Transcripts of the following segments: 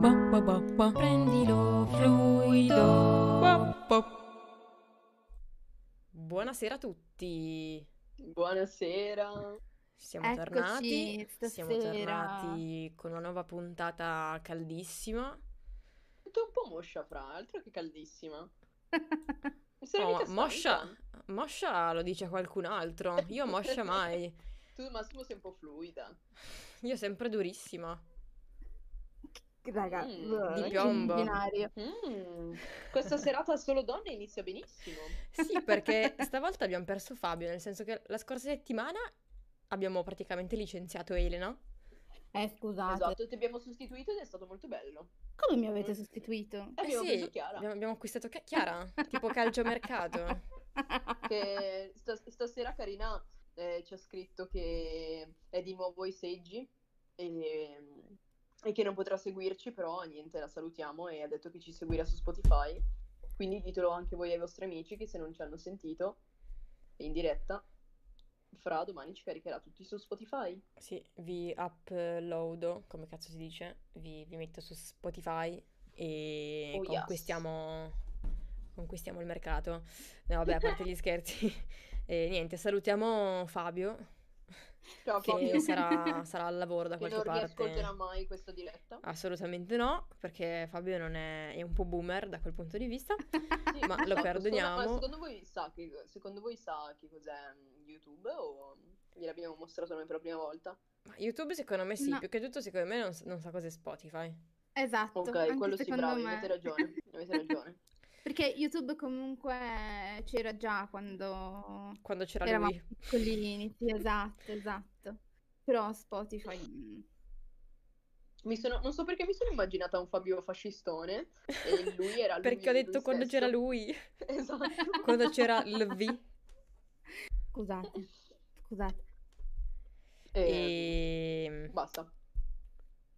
Ba, ba, ba, ba. Prendilo fluido. Ba, ba. Buonasera a tutti. Buonasera. Siamo Eccoci tornati. Siamo stasera. tornati con una nuova puntata caldissima. Sento un po' moscia, fra, altro che caldissima. Mi sei Oh, ma mica Moscia, stanca? Moscia lo dice a qualcun altro. Io Moscia mai. Tu Massimo sei un po' fluida. Io sempre durissima. Raga, Mm, bleh, di che piombo. binario. Mm, Questa serata solo donne inizia benissimo. Sì, perché stavolta abbiamo perso Fabio, nel senso che la scorsa settimana abbiamo praticamente licenziato Elena. Eh, Ah, scusate, Esatto, ti abbiamo sostituito ed è stato molto bello. come mi avete sostituito? E Eh abbiamo sì, preso Chiara, abbiamo, abbiamo acquistato Chi- Chiara, tipo calciomercato. che sta- stasera Carina eh, ci ha scritto che è di nuovo ai seggi e, e che non potrà seguirci, però niente, la salutiamo e ha detto che ci seguirà su Spotify. Quindi ditelo anche voi ai vostri amici che se non ci hanno sentito in diretta, fra domani ci caricherà tutti su Spotify. Sì, vi uploado, come cazzo si dice, vi, vi metto su Spotify e Oh, yes. conquistiamo, conquistiamo il mercato. No, vabbè, a parte gli scherzi. E niente, salutiamo Fabio, Ciao Fabio, che sarà, sarà al lavoro da che qualche non riascolterà parte. mai questa diretta. Assolutamente no, perché Fabio non è, è un po' boomer da quel punto di vista. Sì, Ma lo esatto, perdoniamo. scusa, ma secondo voi sa che, secondo voi sa che cos'è mm, YouTube o gliel'abbiamo mostrato noi per la prima volta? Ma YouTube secondo me sì, No. più che tutto secondo me non, s- non sa cos'è Spotify. Esatto, Ok, anche quello sì, secondo bravi, me. avete ragione, avete ragione. Perché YouTube comunque c'era già quando Quando c'era eravamo lui. piccolini, sì, esatto, esatto. Però Spotify... mm. Mi sono- non so perché mi sono immaginata un Fabio fascistone e lui era lui, Perché ho detto lui quando stesso. c'era lui, Esatto. quando c'era l'V. Scusate, scusate. E... E... Ehm, Basta.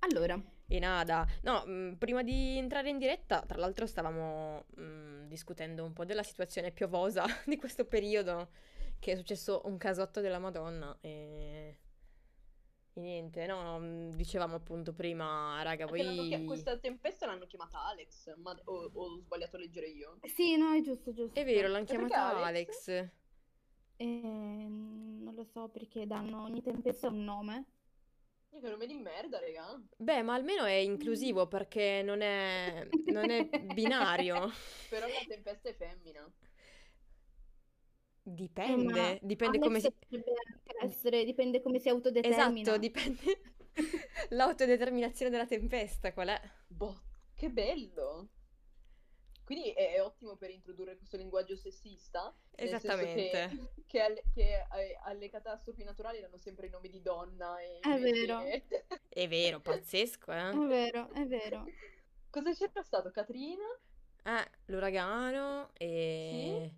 Allora, ehm, e nada. No, mh, prima di entrare in diretta, tra l'altro stavamo mh, discutendo un po' della situazione piovosa di questo periodo, che è successo un casotto della Madonna e... e niente, no, no, mh, dicevamo appunto prima, raga, Anche l'hanno chia- voi... Questa tempesta l'hanno chiamata Alex, ma o, o ho sbagliato a leggere io? sì, no, è giusto, giusto. È vero, l'hanno perché chiamata Alex? Alex. Ehm, non lo so perché danno ogni tempesta un nome. Io Che nome di merda, raga. Beh, ma almeno è Mm. inclusivo perché non è, non è Eh, binario. Però la tempesta è femmina. Eh, ma Dipende, dipende come Alex si... potrebbe anche essere- dipende come si autodetermina. Esatto, dipende l'autodeterminazione della tempesta, qual è? Boh, che bello! Quindi è, è ottimo per introdurre questo linguaggio sessista, nel senso che- Esattamente. che, alle, che ai- alle catastrofi naturali danno sempre i nomi di donna e È invece- vero. È vero, pazzesco, eh? È vero, è vero. Cosa c'era stato? Catrina? Eh, l'uragano e...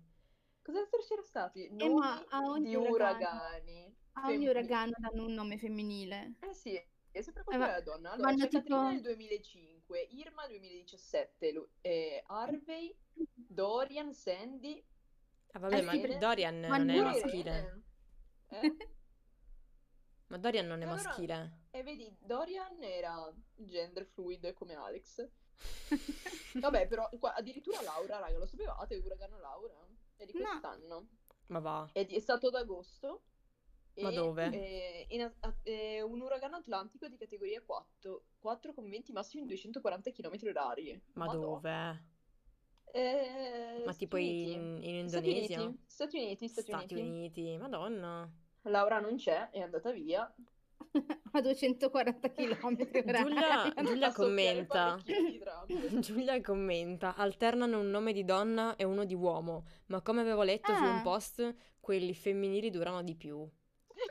Cos'altro c'era stato? I Eh, ma nomi a ogni di uragano- uragani. A ogni Femmini- uragano danno un nome femminile. Eh sì, è sempre Eh, quella ma- della donna. Allora, vanno c'è Catrina tipo- nel 2005, Irma 2017, Lu- eh, Harvey, Dorian, Sandy... Ah, vabbè, Eh ma sì, perché- Dorian ma non è pure Irene. maschile. Irene. Eh? Ma Dorian non è Allora- maschile. E vedi, Dorian era gender fluid come Alex. Vabbè, però qua- addirittura Laura, raga, lo sapevate, Uragano Laura? È di No. quest'anno. Ma va. È, di- è stato ad agosto. E, Ma dove? eh, in a- a- eh, un uragano atlantico di categoria 4, 4 con venti massimi di 240 km/h. Ma dove? Ma tipo in, in Eh, Stati Indonesia? Uniti, Stati Uniti, Stati Stati Uniti. Uniti, Madonna. Laura non c'è, è andata via. A 240 km Giulia, Giulia A soffiare commenta. parecchio di drum. Giulia commenta, alternano un nome di donna e uno di uomo, ma come avevo letto Eh. su un Ah. post, quelli femminili durano di più.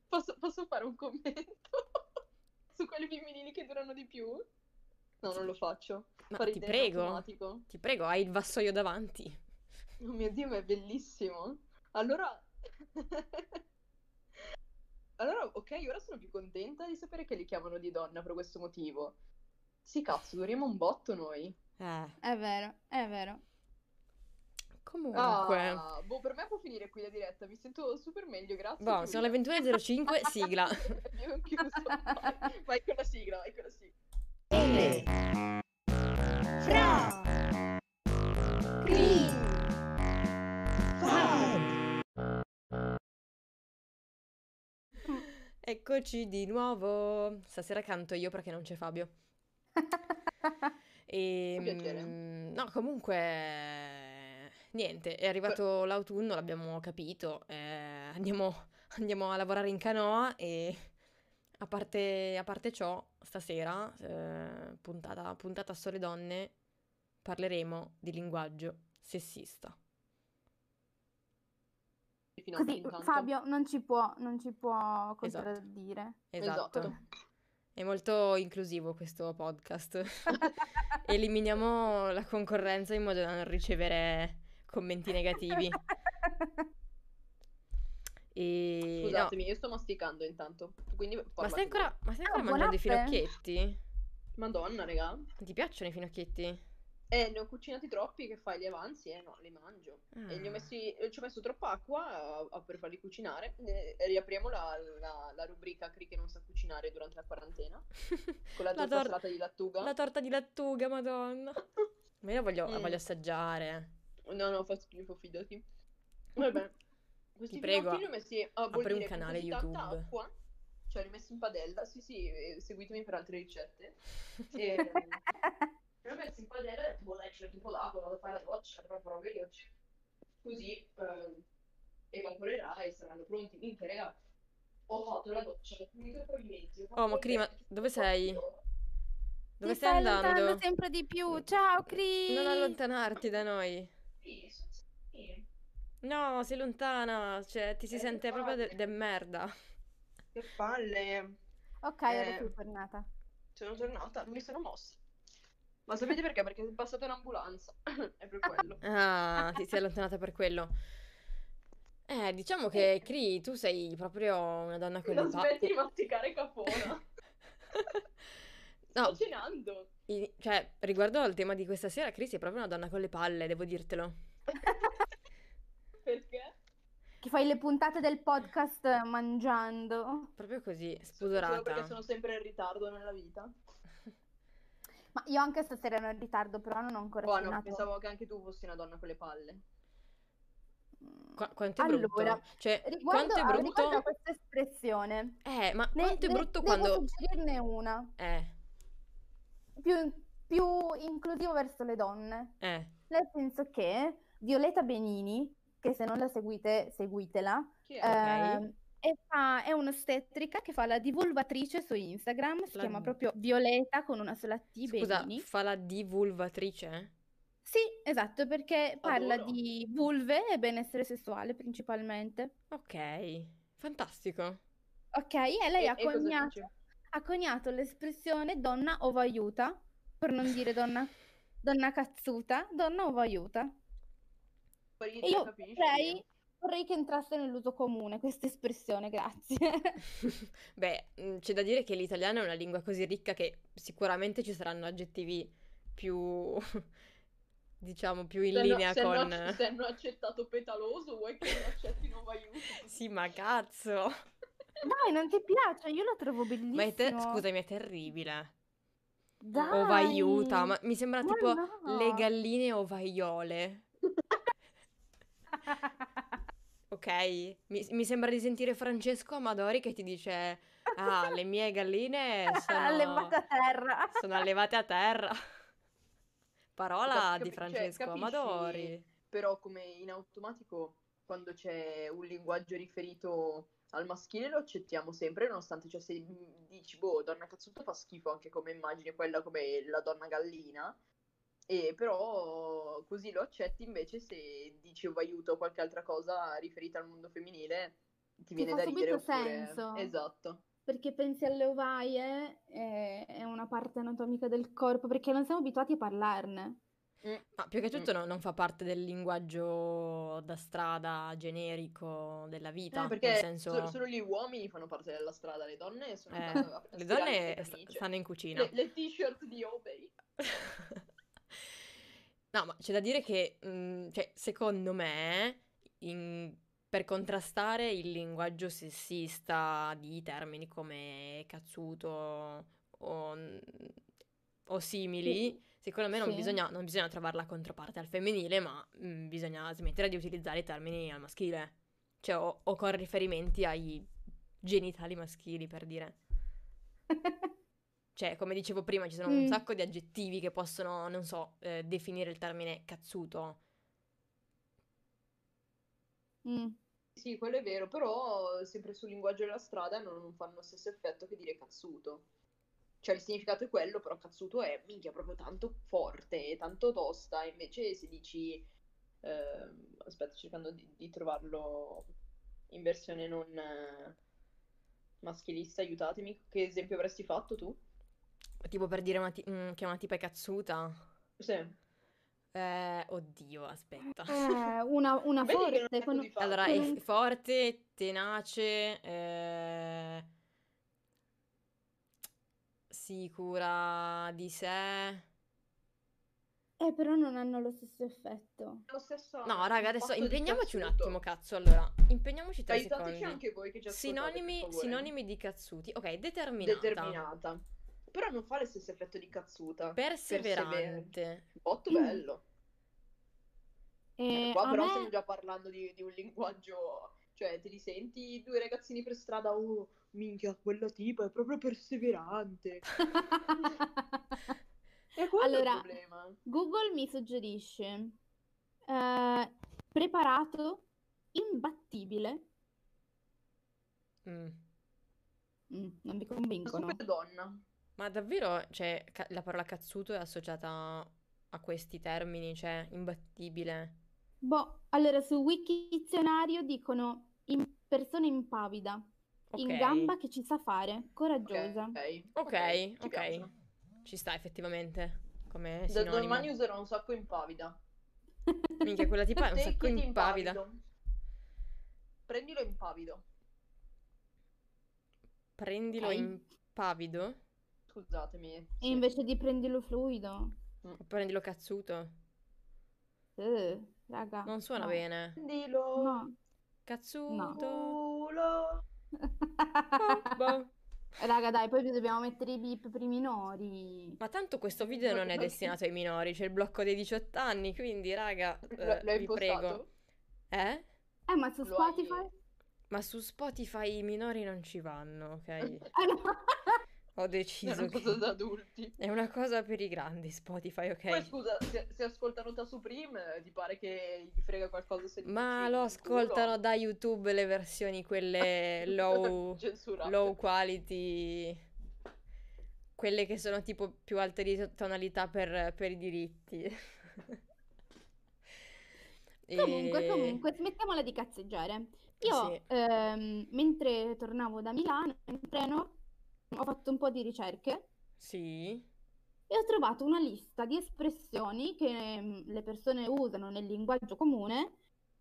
Posso, posso fare un commento su quelli femminili che durano di più? No, non lo faccio. Ma Fa ti ridere in prego, automatico. ti prego, hai il vassoio davanti. Oh mio Dio, ma è bellissimo. Allora... Allora, ok, ora sono più contenta di sapere che li chiamano di donna per questo motivo. Sì, cazzo, duriamo un botto noi. Eh, È vero, è vero. comunque. Ah, boh, per me può finire qui la diretta, mi sento super meglio, grazie. Boh, sono le 21.05, sigla. Abbiamo chiuso, vai. Vai con la sigla, vai con la sigla. Eccoci di nuovo. Stasera canto io perché non c'è Fabio. E, Fa piacere. mm, no, comunque, niente, è arrivato l'autunno, l'abbiamo capito. eh, andiamo, andiamo a lavorare in canoa e a parte, a parte ciò, stasera, eh, puntata, puntata Sole Donne, parleremo di linguaggio sessista. Fino Così intanto. Fabio non ci può, non ci può contraddire. Esatto. Esatto. È molto inclusivo questo podcast. Eliminiamo la concorrenza in modo da non ricevere commenti negativi. E no, Scusatemi, io sto masticando intanto. Quindi ma stai ancora, ma stai ancora Ah, mangiando i buonanotte. finocchietti? Madonna, raga. Ti piacciono i finocchietti? Eh, ne ho cucinati troppi che fai gli avanzi e no, li mangio. E gli ho Ah. messi, eh, ci ho messo troppa acqua eh, per farli cucinare. Eh, riapriamo la, la- la rubrica Cri che non sa cucinare durante la quarantena con la, La torta tor- salata di lattuga. La torta di lattuga, madonna. Ma io la voglio, la Mm. voglio assaggiare. No, no, fa schifo, fidati. Vabbè. Questi Ti prego, finocchi li ho messi eh, a apri un bollire con canale così tanta YouTube. acqua, cioè li ho messi in padella. Sì, sì, eh, seguitemi per altre ricette. Ehm, E, li ho messi in padella e tipo lascio tipo l'acqua, vado a fare la doccia, proprio veloce. Così eh, evaporerà e saranno pronti. Minchia, raga, ho fatto la doccia, ho finito i pavimenti. ho fatto Oh, ma il Cri, ma letto, dove ho fatto- sei? Dove Ti stai andando? allontanando sempre di più. Ciao, Cri. Non allontanarti da noi. Sì, sono sì. No, sei lontana, cioè ti si Eh, sente proprio de, infatti. de merda. Che palle. Ok, ora Eh. tu tornata. Sono tornata, non mi sono mossa. Ma sapete perché? Perché è passata un'ambulanza. è per quello. Ah, ti sei allontanata per quello. Eh, diciamo che Cri, tu sei proprio una donna con Non le pa- smetti di masticare capona. No, Sto cenando. i- cioè, riguardo al tema di questa sera, Cri sei proprio una donna con le palle, devo dirtelo. Perché? Che fai le puntate del podcast mangiando. Proprio così, Solo perché spudorata. sono sempre in ritardo nella vita. Ma io anche stasera ero in ritardo, però non ho ancora Buono, cenato. pensavo che anche tu fossi una donna con le palle. Mm. Qua- quanto è Allora, brutto. Cioè, Riguardo, quanto è a, brutto... riguardo a questa espressione, Eh, ma ne- quanto è ne- brutto devo quando... suggerirne una, Eh, più, più inclusivo verso le donne, eh. nel senso che Violeta Benini, che se non la seguite, seguitela, Chi è? ehm, e fa- è un'ostetrica che fa la divulgatrice su Instagram, si La- chiama proprio Violeta con una sola T Scusa, Benini. fa la divulgatrice? Sì, esatto, perché parla Adoro. di vulve e benessere sessuale principalmente. Ok, fantastico. Ok, e lei E- ha e cosa coniato... dice? ha coniato l'espressione donna ovaiuta, per non dire donna, donna cazzuta, donna ovaiuta. Parigi, E io capisci? vorrei, vorrei che entrasse nell'uso comune questa espressione, grazie. Beh, mh, c'è da dire che l'italiano è una lingua così ricca che sicuramente ci saranno aggettivi più, diciamo, più in Se hanno- linea se hanno- con... se hanno accettato petaloso, vuoi che non accetti non vai Sì, ma cazzo! Dai, non ti piace? Io la trovo bellissima. Ma è te- scusami, è terribile. Dai. Ovaiuta, ma mi sembra Ma tipo no. le galline ovaiole, ok? Mi, mi sembra di sentire Francesco Amadori che ti dice Ah, le mie galline sono... Allevate a terra. Sono allevate a terra. Parola Capi- di capi- cioè, Francesco capisci? Amadori. Però come in automatico, quando c'è un linguaggio riferito al maschile, lo accettiamo sempre, nonostante cioè, se m- dici, boh, donna cazzuta fa schifo anche come immagine, quella come la donna gallina. E però così lo accetti invece se dici "Oh, aiuto o qualche altra cosa riferita al mondo femminile, ti viene fa da ridere subito oppure... senso. Esatto. Perché pensi alle ovaie, eh, è una parte anatomica del corpo, perché non siamo abituati a parlarne. Mm. Ma più che tutto Mm. no- non fa parte del linguaggio da strada generico della vita, Eh, nel perché senso so- solo gli uomini fanno parte della strada, le donne sono Eh, andate a- a le stirare donne le sta- camicie. stanno in cucina. Le, le t-shirt di Obey. No, ma c'è da dire che, mh, cioè, secondo me, in- per contrastare il linguaggio sessista di termini come cazzuto o, o simili, secondo me non Sì. bisogna, non bisogna trovare la controparte al femminile, ma mm, mh, bisogna smettere di utilizzare i termini al maschile, cioè o, o con riferimenti ai genitali maschili, per dire. Cioè, come dicevo prima, ci sono Mm. un sacco di aggettivi che possono, non so, eh, definire il termine cazzuto. Mm. Sì, quello è vero, però sempre sul linguaggio della strada non fanno lo stesso effetto che dire cazzuto. Cioè il significato è quello, però cazzuto è minchia proprio tanto forte, tanto tosta, invece se dici... ehm, aspetta, cercando di, di trovarlo in versione non eh, maschilista, aiutatemi. Che esempio avresti fatto tu? Tipo per dire una ti- mm, che una tipa è cazzuta. Sì. Eh, oddio, aspetta. Eh, una, una Vedi che non forte è con- così facile. Allora, è Mm. f- forte, tenace, eh, sicura di sé. Eh, però non hanno lo stesso effetto. Lo stesso No, raga, adesso impatto di impegniamoci un cazzuto. attimo, cazzo. Allora, impegniamoci tre Aiutateci secondi. anche voi che ci ascoltate, per Sinonimi, favore. sinonimi di cazzuti. Ok, determinata, determinata. Però non fa lo stesso effetto di cazzuta. perseverante. Botto bello. Eh, Qua a però me- stiamo già parlando di, di un linguaggio... Cioè, te li senti due ragazzini per strada, oh, minchia, quella tipa è proprio perseverante. E quello è Allora, il problema. Google mi suggerisce eh, preparato, imbattibile. Mm. Mm, non mi Una convincono. super donna. Ma davvero, cioè, ca- la parola cazzuto è associata a questi termini, cioè, imbattibile. Boh, allora su Wikizionario dicono in- persona impavida, in Ok. gamba che ci sa fare, coraggiosa. Ok, eh, Ok, ci ok. piacciono. Ci sta effettivamente come Da sinonimo. domani userò un sacco impavida. Minchia, quella tipa è un Te sacco che ti impavida. impavido. Prendilo impavido. Prendilo Ok. impavido? Scusatemi. E invece di prenderlo fluido, O prendilo cazzuto? eh, raga, Non suona no, bene. Prendilo. no. Cazzuto. Culo. Ah, Boh, boh. Raga, dai, poi dobbiamo mettere i bip per i minori. Ma tanto questo video non è destinato ai minori, c'è il blocco dei 18 anni, quindi raga, L- eh, l'ho vi prego. impostato. Eh? Eh, ma su Lo hai- Spotify? Ma su Spotify i minori non ci vanno, ok? Eh, no. Ho È deciso una che cosa da adulti. è una cosa per i grandi Spotify, ok? Poi scusa, se, se ascoltano da Supreme, eh, ti pare che gli frega qualcosa se gli Ma dici lo culo? ascoltano da YouTube le versioni quelle low, Censurate. low quality, quelle che sono tipo più alte di to- tonalità per, per i diritti. E- Comunque, comunque, smettiamola di cazzeggiare. Io, Sì. ehm, mentre tornavo da Milano in treno, ho fatto un po' di ricerche Sì, e ho trovato una lista di espressioni che ehm, le persone usano nel linguaggio comune,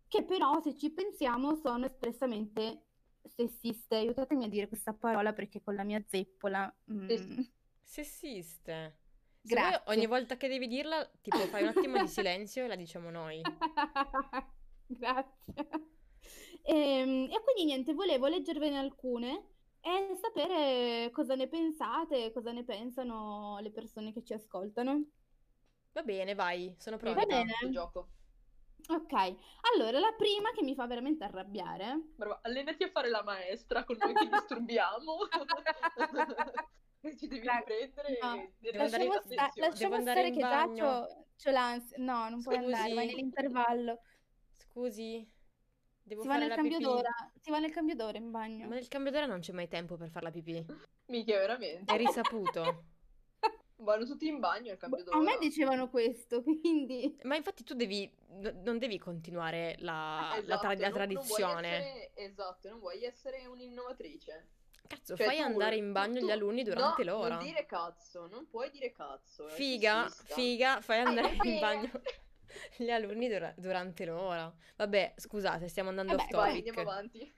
che però, se ci pensiamo, sono espressamente sessiste. Aiutatemi a dire questa parola perché con la mia zeppola... mm, Sì. sessiste. Se vuoi, Grazie. ogni volta che devi dirla, tipo fai un attimo di silenzio e la diciamo noi. Grazie. Ehm, E, quindi niente, volevo leggervene alcune e sapere cosa ne pensate, cosa ne pensano le persone che ci ascoltano. Va bene, vai, sono Mi pronta. Va piace bene. questo gioco. Ok, allora la prima che mi fa veramente arrabbiare. Brava, allenati a fare la maestra con noi che disturbiamo. Ci devi Raga, riprendere. no. e devi Lasciamo, prestare sta- attenzione. lasciamo Devo andare stare in che già bagno. c'ho, c'ho l'ansia. No, non puoi Scusi. andare, vai nell'intervallo. Scusi, devo Si va fare nel la cambio pipì. d'ora, si va nel cambio d'ora in bagno. Ma nel cambio d'ora non c'è mai tempo per fare la pipì. Minchia, veramente. È risaputo. Vanno tutti in bagno al cambio A me d'ora. dicevano questo, quindi... Ma infatti tu devi, no- non devi continuare Ah, la, Esatto, la tra- la non- non vuoi tradizione. essere- esatto, non vuoi essere un'innovatrice. Cazzo, Cioè, fai tu- andare in bagno tu- gli alunni durante no, l'ora. Non dire cazzo, non puoi dire cazzo. è Figa, sessista. figa, fai andare Eh, in eh. bagno gli alunni dura- durante l'ora. Vabbè, scusate, stiamo andando Eh beh, off vai, Vai, topic. andiamo avanti.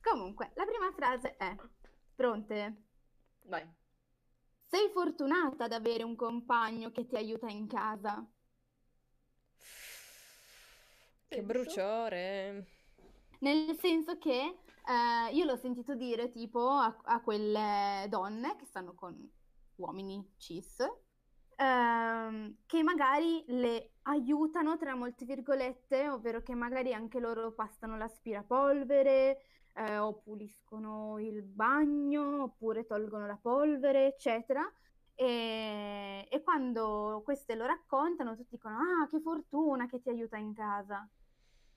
Comunque, la prima frase è... Pronte? Vai. Sei fortunata ad avere un compagno che ti aiuta in casa. Che Penso. bruciore. Nel senso che eh, io l'ho sentito dire tipo a, a quelle donne che stanno con uomini cis, ehm, che magari le aiutano tra molte virgolette, ovvero che magari anche loro passano l'aspirapolvere, eh, eh, o puliscono il bagno, oppure tolgono la polvere, eccetera. E, e quando queste lo raccontano, tutti dicono: Ah, che fortuna che ti aiuta in casa.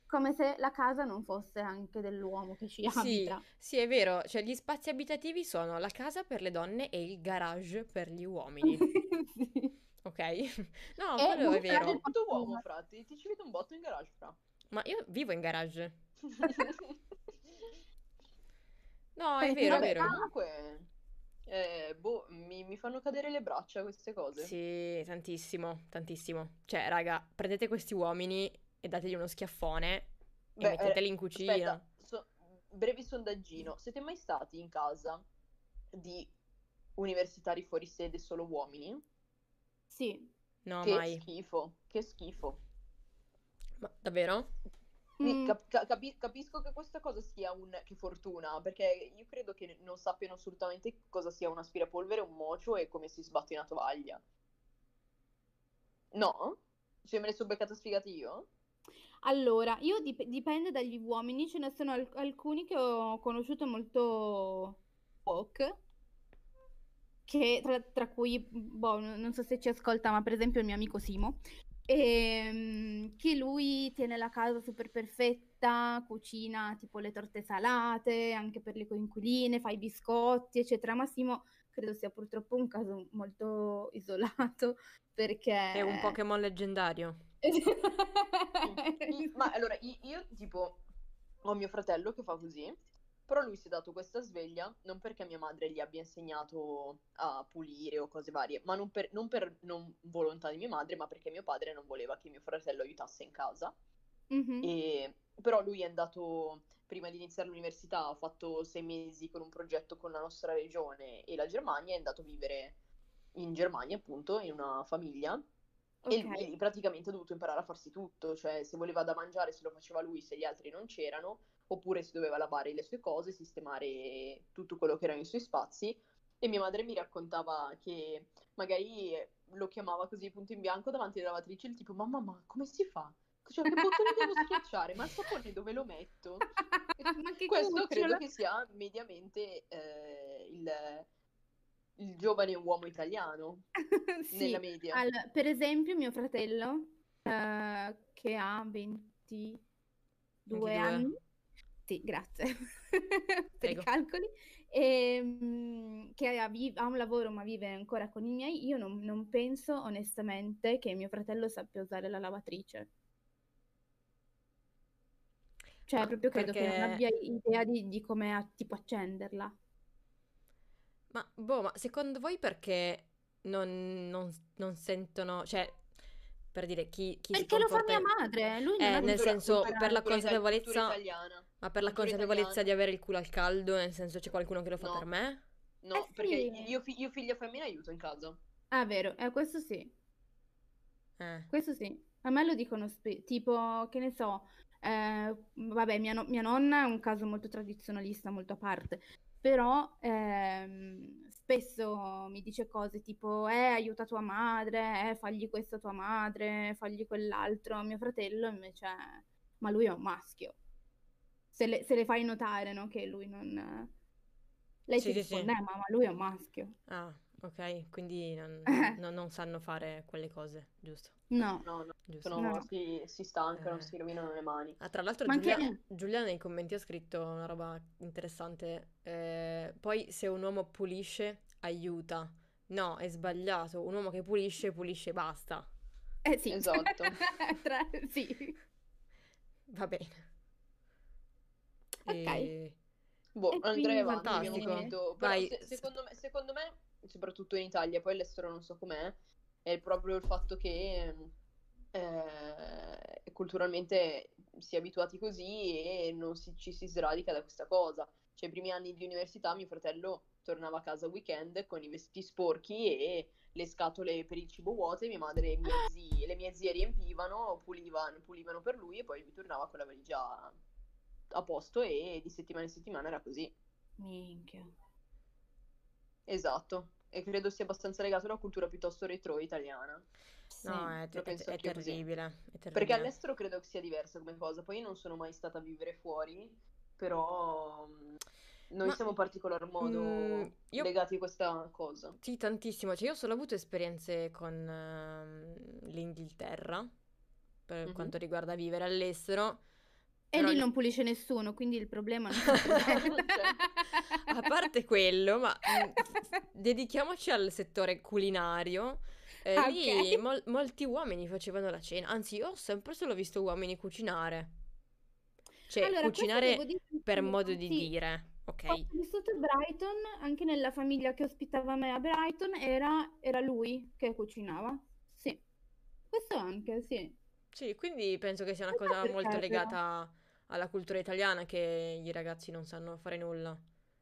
Come se la casa non fosse anche dell'uomo che ci Sì, abita. sì, è vero, cioè gli spazi abitativi sono la casa per le donne e il garage per gli uomini, Sì. ok? No, E quello è buttare vero, del- Quanto uomo, fra, ti, ti ci vedo un botto in garage, fra. ma io vivo in garage. No, è Perché vero, è Eh, vabbè, vero. Comunque, eh, boh, mi, mi fanno cadere le braccia queste cose. Sì, tantissimo, tantissimo. Cioè, raga, prendete questi uomini e dategli uno schiaffone e Beh, metteteli in eh, aspetta, cucina. so- breve sondaggino. Siete mai stati in casa di universitari fuori sede solo uomini? Sì. No, che mai. schifo, che schifo. Ma davvero? Mi- Mm. cap- ca- capi- capisco che questa cosa sia un che fortuna, perché io credo che non sappiano assolutamente cosa sia un aspirapolvere, un mocio e come si sbatte una tovaglia. No? Cioè me ne sono beccata sfigata io? Allora, io dip- dipende dagli uomini, ce ne sono al- alcuni che ho conosciuto molto woke, che tra, tra cui, boh, non non so se ci ascolta, ma per esempio il mio amico Simo, ehm, che lui tiene la casa super perfetta, cucina tipo le torte salate, anche per le coinquiline, fa i biscotti, eccetera, ma Simo credo sia purtroppo un caso molto isolato, perché... È un Pokémon leggendario. Eh, I- Mm. Ma allora, i- io tipo ho mio fratello che fa così, però lui si è dato questa sveglia non perché mia madre gli abbia insegnato a pulire o cose varie, ma non per non, per- non volontà di mia madre, ma perché mio padre non voleva che mio fratello aiutasse in casa. Mhm. E- però lui è andato, prima di iniziare l'università, ha fatto sei mesi con un progetto con la nostra regione e la Germania, è andato a vivere in Germania, appunto, in una famiglia. E Ok. lui praticamente ha dovuto imparare a farsi tutto, cioè se voleva da mangiare se lo faceva lui, se gli altri non c'erano, oppure si doveva lavare le sue cose, sistemare tutto quello che erano i suoi spazi. E mia madre mi raccontava che magari eh, lo chiamava così punto in bianco davanti alla lavatrice, il tipo, mamma, ma come si fa? Cioè, che bottone devo schiacciare? Ma il sapone dove lo metto? Ma che Questo cucciolo! credo che sia mediamente eh, il, il giovane uomo italiano, Ah, Sì. nella media. Allora, per esempio, mio fratello, eh, che ha 22 22. anni, sì, grazie per i Prego. calcoli, ehm, che ha, vi- ha un lavoro ma vive ancora con i miei, io non, non penso onestamente che mio fratello sappia usare la lavatrice. Cioè, Ma proprio credo che non perché- abbia idea di, di come a- tipo accenderla. Ma boh, ma secondo voi perché non, non- non sentono, cioè, per dire chi, chi si Perché lo fa comporta, mia madre, lui non Eh, ha nel cultura- senso, cultura- per la Cultura ita- consapevolezza- cultura italiana. ma per la cultura consapevolezza italiana. di avere il culo al caldo, nel senso c'è qualcuno che lo fa No. per me? No, Eh, perché sì. io, fi- io figlia femmina aiuto in casa. Ah, vero, eh, questo sì. Eh. Questo sì, a me lo dicono spe- tipo, che ne so, eh, vabbè, mia, no- mia nonna è un caso molto tradizionalista, molto a parte, però ehm, spesso mi dice cose tipo, eh, aiuta tua madre, eh, fagli questo a tua madre, fagli quell'altro, mio fratello invece, ma lui è un maschio. Se le, se le fai notare, no, che lui non... Lei Sì, ti sì, sì. risponde, "Eh, ma, ma lui è un maschio. Ah, ok, quindi non, Eh. non- non sanno fare quelle cose, giusto, No. No, no, giusto. sono, No. Si, si stancano, Eh. si rovinano le mani. Ah, tra l'altro Ma Giulia, anche- Giulia nei commenti ha scritto una roba interessante. eh, poi se un uomo pulisce, aiuta. No, è sbagliato. Un uomo che pulisce, pulisce e basta. Eh sì. Esatto. Tra- sì. Va bene. Ok. E- Boh, E quindi andrei avanti, abbiamo fantastico. capito. Però Vai. se- secondo me, secondo me, soprattutto in Italia, poi all'estero non so com'è, è proprio il fatto che eh, culturalmente si è abituati così e non si- ci si sradica da questa cosa. Cioè, i primi anni di università, mio fratello tornava a casa al weekend con i vestiti sporchi e le scatole per il cibo vuote, mia madre e i miei zii- le mie zie riempivano, pulivano, pulivano per lui e poi lui tornava con la valigia a posto e di settimana in settimana era così. Minchia. Esatto. E credo sia abbastanza legato alla cultura piuttosto retro italiana. No, è, lo è- penso è anch'io così. terribile, è Perché terribile. all'estero credo che sia diversa come cosa. Poi io non sono mai stata a vivere fuori, però mh, noi Ma- siamo in particolar modo Mm, io- legati a questa cosa. Sì, tantissimo. Cioè, io ho solo avuto esperienze con ehm, l'Inghilterra per Mhm. quanto riguarda vivere all'estero. E Però lì io- non pulisce nessuno, quindi il problema non si presenta. A parte quello, ma mm, dedichiamoci al settore culinario. Eh, Ah, lì ok. mol- molti uomini facevano la cena, anzi, io ho sempre solo visto uomini cucinare. Cioè, Allora, questo cucinare devo dire per anch'io, modo di sì. Oh. dire, ok? Ho vissuto a Brighton, anche nella famiglia che ospitava me a Brighton, era, era lui che cucinava. Sì, questo anche, sì. Sì, quindi penso che sia una Non so cosa molto perché, però. legata alla cultura italiana che i ragazzi non sanno fare nulla.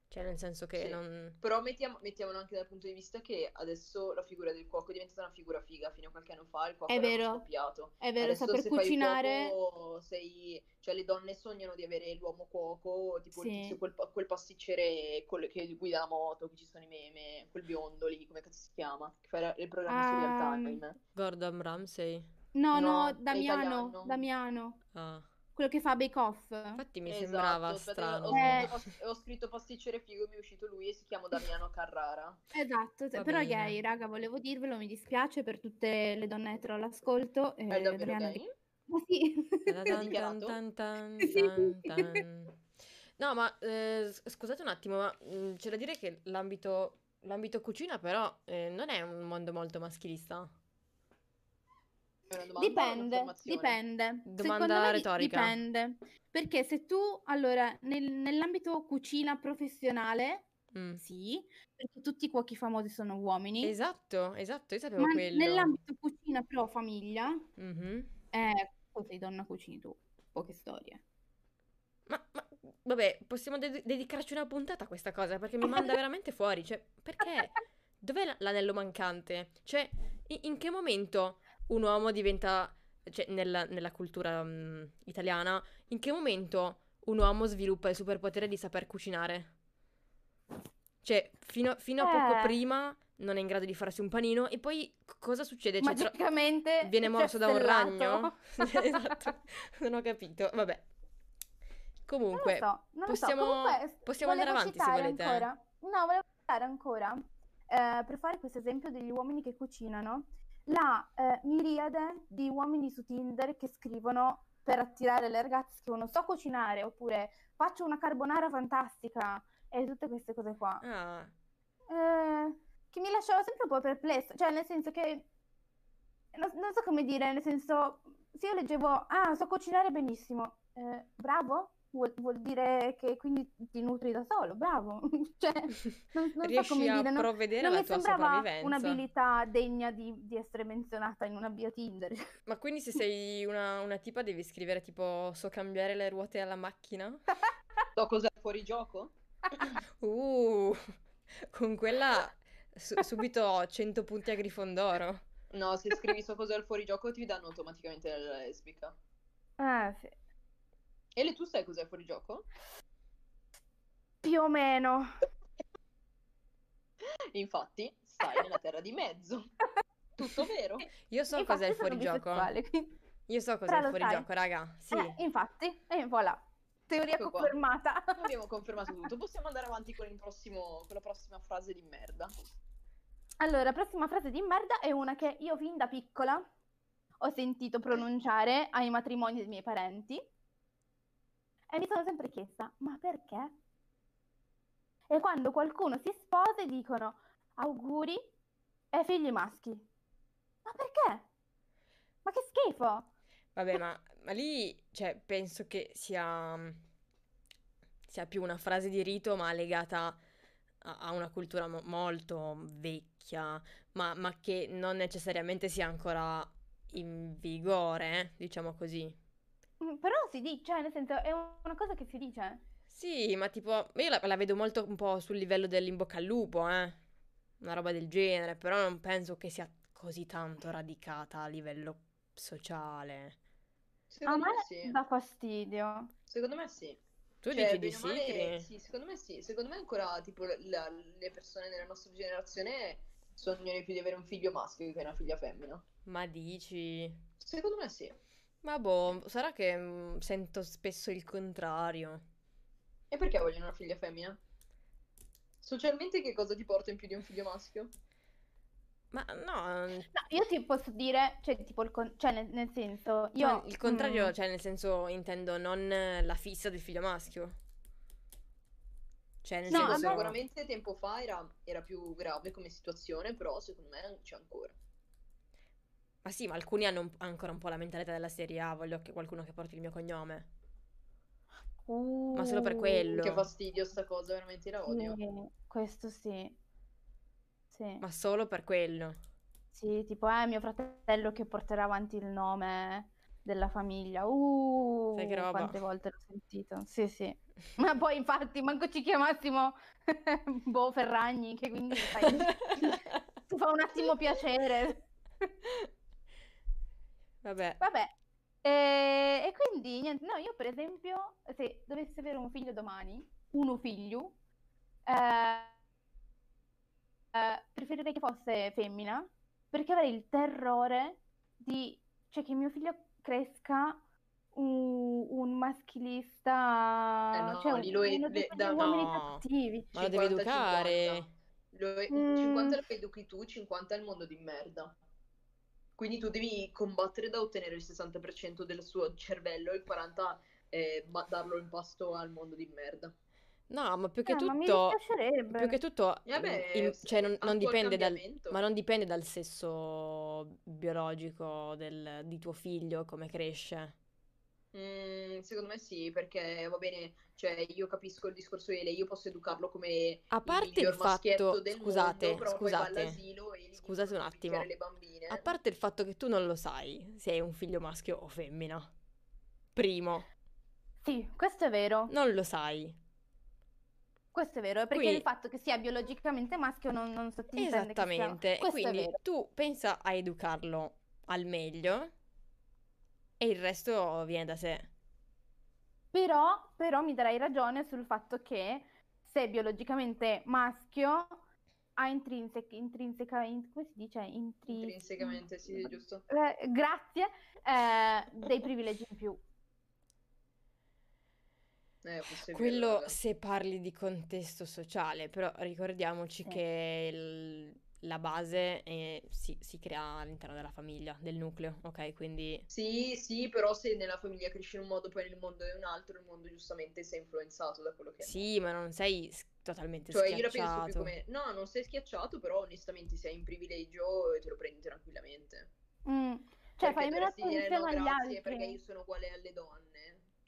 Cioè, nel senso che Sì. non... Però mettiamo, mettiamolo anche dal punto di vista che adesso la figura del cuoco è diventata una figura figa, fino a qualche anno fa il cuoco È era uno vero. scoppiato. È vero, Adesso saper se fai il cucinare. cuoco sei, cioè le donne sognano di avere l'uomo cuoco, tipo il Sì. tizio, quel, pa- quel pasticcere quel- che guida la moto, che ci sono i meme, quel biondo lì, come cazzo si chiama? Che fa la- il programma su Ah, Real Time. Gordon Ramsay? No, No, no, è Damiano, italiano. Damiano, Ah. quello che fa Bake Off. Infatti mi Esatto, sembrava aspetta, strano. ho- ho, Eh. scritto, ho scritto pasticcere figo e mi è uscito lui e si chiama Damiano Carrara. Esatto, Va però è bene. gay, raga, volevo dirvelo, mi dispiace per tutte le donnette all'ascolto. eh, È davvero Damiano gay? di- Ma sì. Tan tan dichiarato? tan tan Sì. tan tan. No, ma eh, s- scusate un attimo, ma mh, c'è da dire che l'ambito, l'ambito cucina però eh, non è un mondo molto maschilista. È una domanda o Dipende, un'affermazione? dipende. Domanda Secondo me di- retorica. dipende. Perché se tu, allora, nel- nell'ambito cucina professionale, Mm. sì, perché tutti i cuochi famosi sono uomini, Esatto, esatto, io sapevo ma quello. nell'ambito cucina pro famiglia, Mhm. eh, tu sei donna cucini tu, poche storie. Ma, ma- vabbè, possiamo ded- dedicarci una puntata a questa cosa perché mi manda veramente fuori. Cioè, perché? Dov'è la- l'anello mancante? Cioè, i- in, che momento un uomo diventa, cioè, nella, nella cultura mm, italiana, in che momento un uomo sviluppa il superpotere di saper cucinare? Cioè, fino, fino a poco Eh. prima non è in grado di farsi un panino e poi c- cosa succede? Cioè, tra- Magicamente Viene si è morso da un ragno? stellato. Esatto, non ho capito. Vabbè. Non lo Comunque, so, non lo so. possiamo- Comunque, possiamo andare volevo avanti, se citare volete, eh. ancora. No, volevo citare ancora, eh, per fare questo esempio degli uomini che cucinano, la eh, miriade di uomini su Tinder che scrivono per attirare le ragazze, scrivono so cucinare, oppure faccio una carbonara fantastica, e tutte queste cose qua. ah, Eh, che mi lasciava sempre un po' perplessa, cioè nel senso che non, non so come dire, nel senso se io leggevo ah, so cucinare benissimo, eh, bravo, vuol, vuol dire che quindi ti nutri da solo, bravo, cioè non, non so riesci come a dire, non, provvedere non alla mi tua sembrava sopravvivenza. un'abilità degna di, di essere menzionata in una bio Tinder. Ma quindi se sei una, una tipa devi scrivere tipo so cambiare le ruote alla macchina? So cos'è fuori gioco? Uh, con quella su- subito 100 punti a Grifondoro. No, se scrivi so cos'è il fuorigioco ti danno automaticamente la lesbica. Ah, sì. Ele, tu sai cos'è il fuorigioco? Più o meno. Infatti, stai nella terra di mezzo. Tutto vero? Io so Infatti cos'è il sono fuorigioco. bisessuale, quindi- Io so cos'è Però il lo sai. fuorigioco, raga. Sì. Eh, infatti, e voilà, teoria Ecco qua. confermata. Abbiamo confermato tutto. Possiamo andare avanti con, il prossimo, con la prossima frase di merda. Allora, prossima frase di merda è una che io fin da piccola ho sentito pronunciare ai matrimoni dei miei parenti e mi sono sempre chiesta, ma perché? E quando qualcuno si sposa e dicono auguri e figli maschi. Ma perché? Ma che schifo! Vabbè, ma, ma lì, cioè, penso che sia, sia più una frase di rito, ma legata a, a una cultura mo- molto vecchia, ma, ma che non necessariamente sia ancora in vigore, eh, diciamo così. Mm, Però si dice, cioè nel senso è una cosa che si dice. Sì, ma tipo, io la, la vedo molto un po' sul livello dell'in bocca al lupo, eh, una roba del genere, però non penso che sia così tanto radicata a livello sociale. A Secondo me me sì. dà fastidio. Secondo me sì. Tu dici Cioè, di bene o male, sì, Cri? sì, secondo me sì. Secondo me ancora tipo la- le persone della nostra generazione sognano più di avere un figlio maschio che una figlia femmina. Ma dici... Secondo me sì. Ma boh, sarà che mm, sento spesso il contrario. E perché vogliono una figlia femmina? Socialmente che cosa ti porta in più di un figlio maschio? Ma no, mm, n- No, io ti posso dire, cioè, tipo il con- cioè, nel, nel senso, io... no, il contrario, mm, cioè nel senso intendo non eh, la fissa del figlio maschio. Cioè nel No, Sì, a me- senso... sicuramente tempo fa era, era più grave come situazione, però secondo me c'è ancora. Ma sì, ma alcuni hanno un- ancora un po' la mentalità della serie A, voglio che qualcuno che porti il mio cognome. Ma solo per uh, quello. Che fastidio sta cosa, veramente la odio. sì, questo sì. Sì. Ma solo per quello. Sì, tipo, eh, mio fratello che porterà avanti il nome della famiglia. Uh, Sai che roba? quante volte l'ho sentito. Sì, sì. Ma poi, infatti, manco ci chiamassimo Boh Ferragni, che quindi sai, ti fa un attimo piacere. Vabbè. Vabbè. eh, E, e quindi, niente, no, io per esempio, se dovessi avere un figlio domani, uno figlio, eh, eh, preferirei che fosse femmina, perché avrei il terrore di, cioè, che mio figlio cresca un, un maschilista, Eh no, cioè, lì lo è- uno di le- quegli da- uomini no. cattivi. Ma lo devi 50-50. educare. Lo è- Mm. 50 lo educhi tu, 50 è il mondo di merda. Quindi tu devi combattere da ottenere il 60% del suo cervello e il 40% eh, ma- darlo in pasto al mondo di merda. No, ma più che Eh, ma mi tutto, dispiacerebbe. più che tutto, E vabbè, in- cioè non, non attua il dipende dal, cambiamento. ma non dipende dal sesso biologico del- di tuo figlio, come cresce. Mm, secondo me sì, perché va bene, cioè io capisco il discorso di lei, io posso educarlo come A il parte miglior il fatto, maschietto del scusate, mondo, però poi va scusate, all'asilo e gli dicono scusate un di attimo. picchiare le bambine. A parte il fatto che tu non lo sai se hai un figlio maschio o femmina. Primo, Sì, questo è vero. non lo sai. Questo è vero, perché Quindi- il fatto che sia biologicamente maschio non, non sottintende che sia- Esattamente. E Questo è quindi vero. tu pensa a educarlo al meglio e il resto viene da sé. Però, però mi darai ragione sul fatto che se è biologicamente maschio ha intrinseca, intrinseca in- come si dice? Intri- Intrinsecamente, sì, giusto. Eh, grazie, eh, dei privilegi in più. Eh, forse è vero, Quello raga. se parli di contesto sociale, però ricordiamoci Sì. che il- la base è- si, si crea all'interno della famiglia, del nucleo, ok? Quindi Sì, sì, però se nella famiglia cresci in un modo, poi nel mondo è un altro, il mondo giustamente si è influenzato da quello che è. sì, ma non sei s- totalmente Cioè, io la penso più schiacciato. come, no, non sei schiacciato, però onestamente sei in privilegio e te lo prendi tranquillamente. Mm. Cioè, Perché fai meno dovresti dire, "No, attenzione agli grazie, altri. perché io sono uguale alle donne.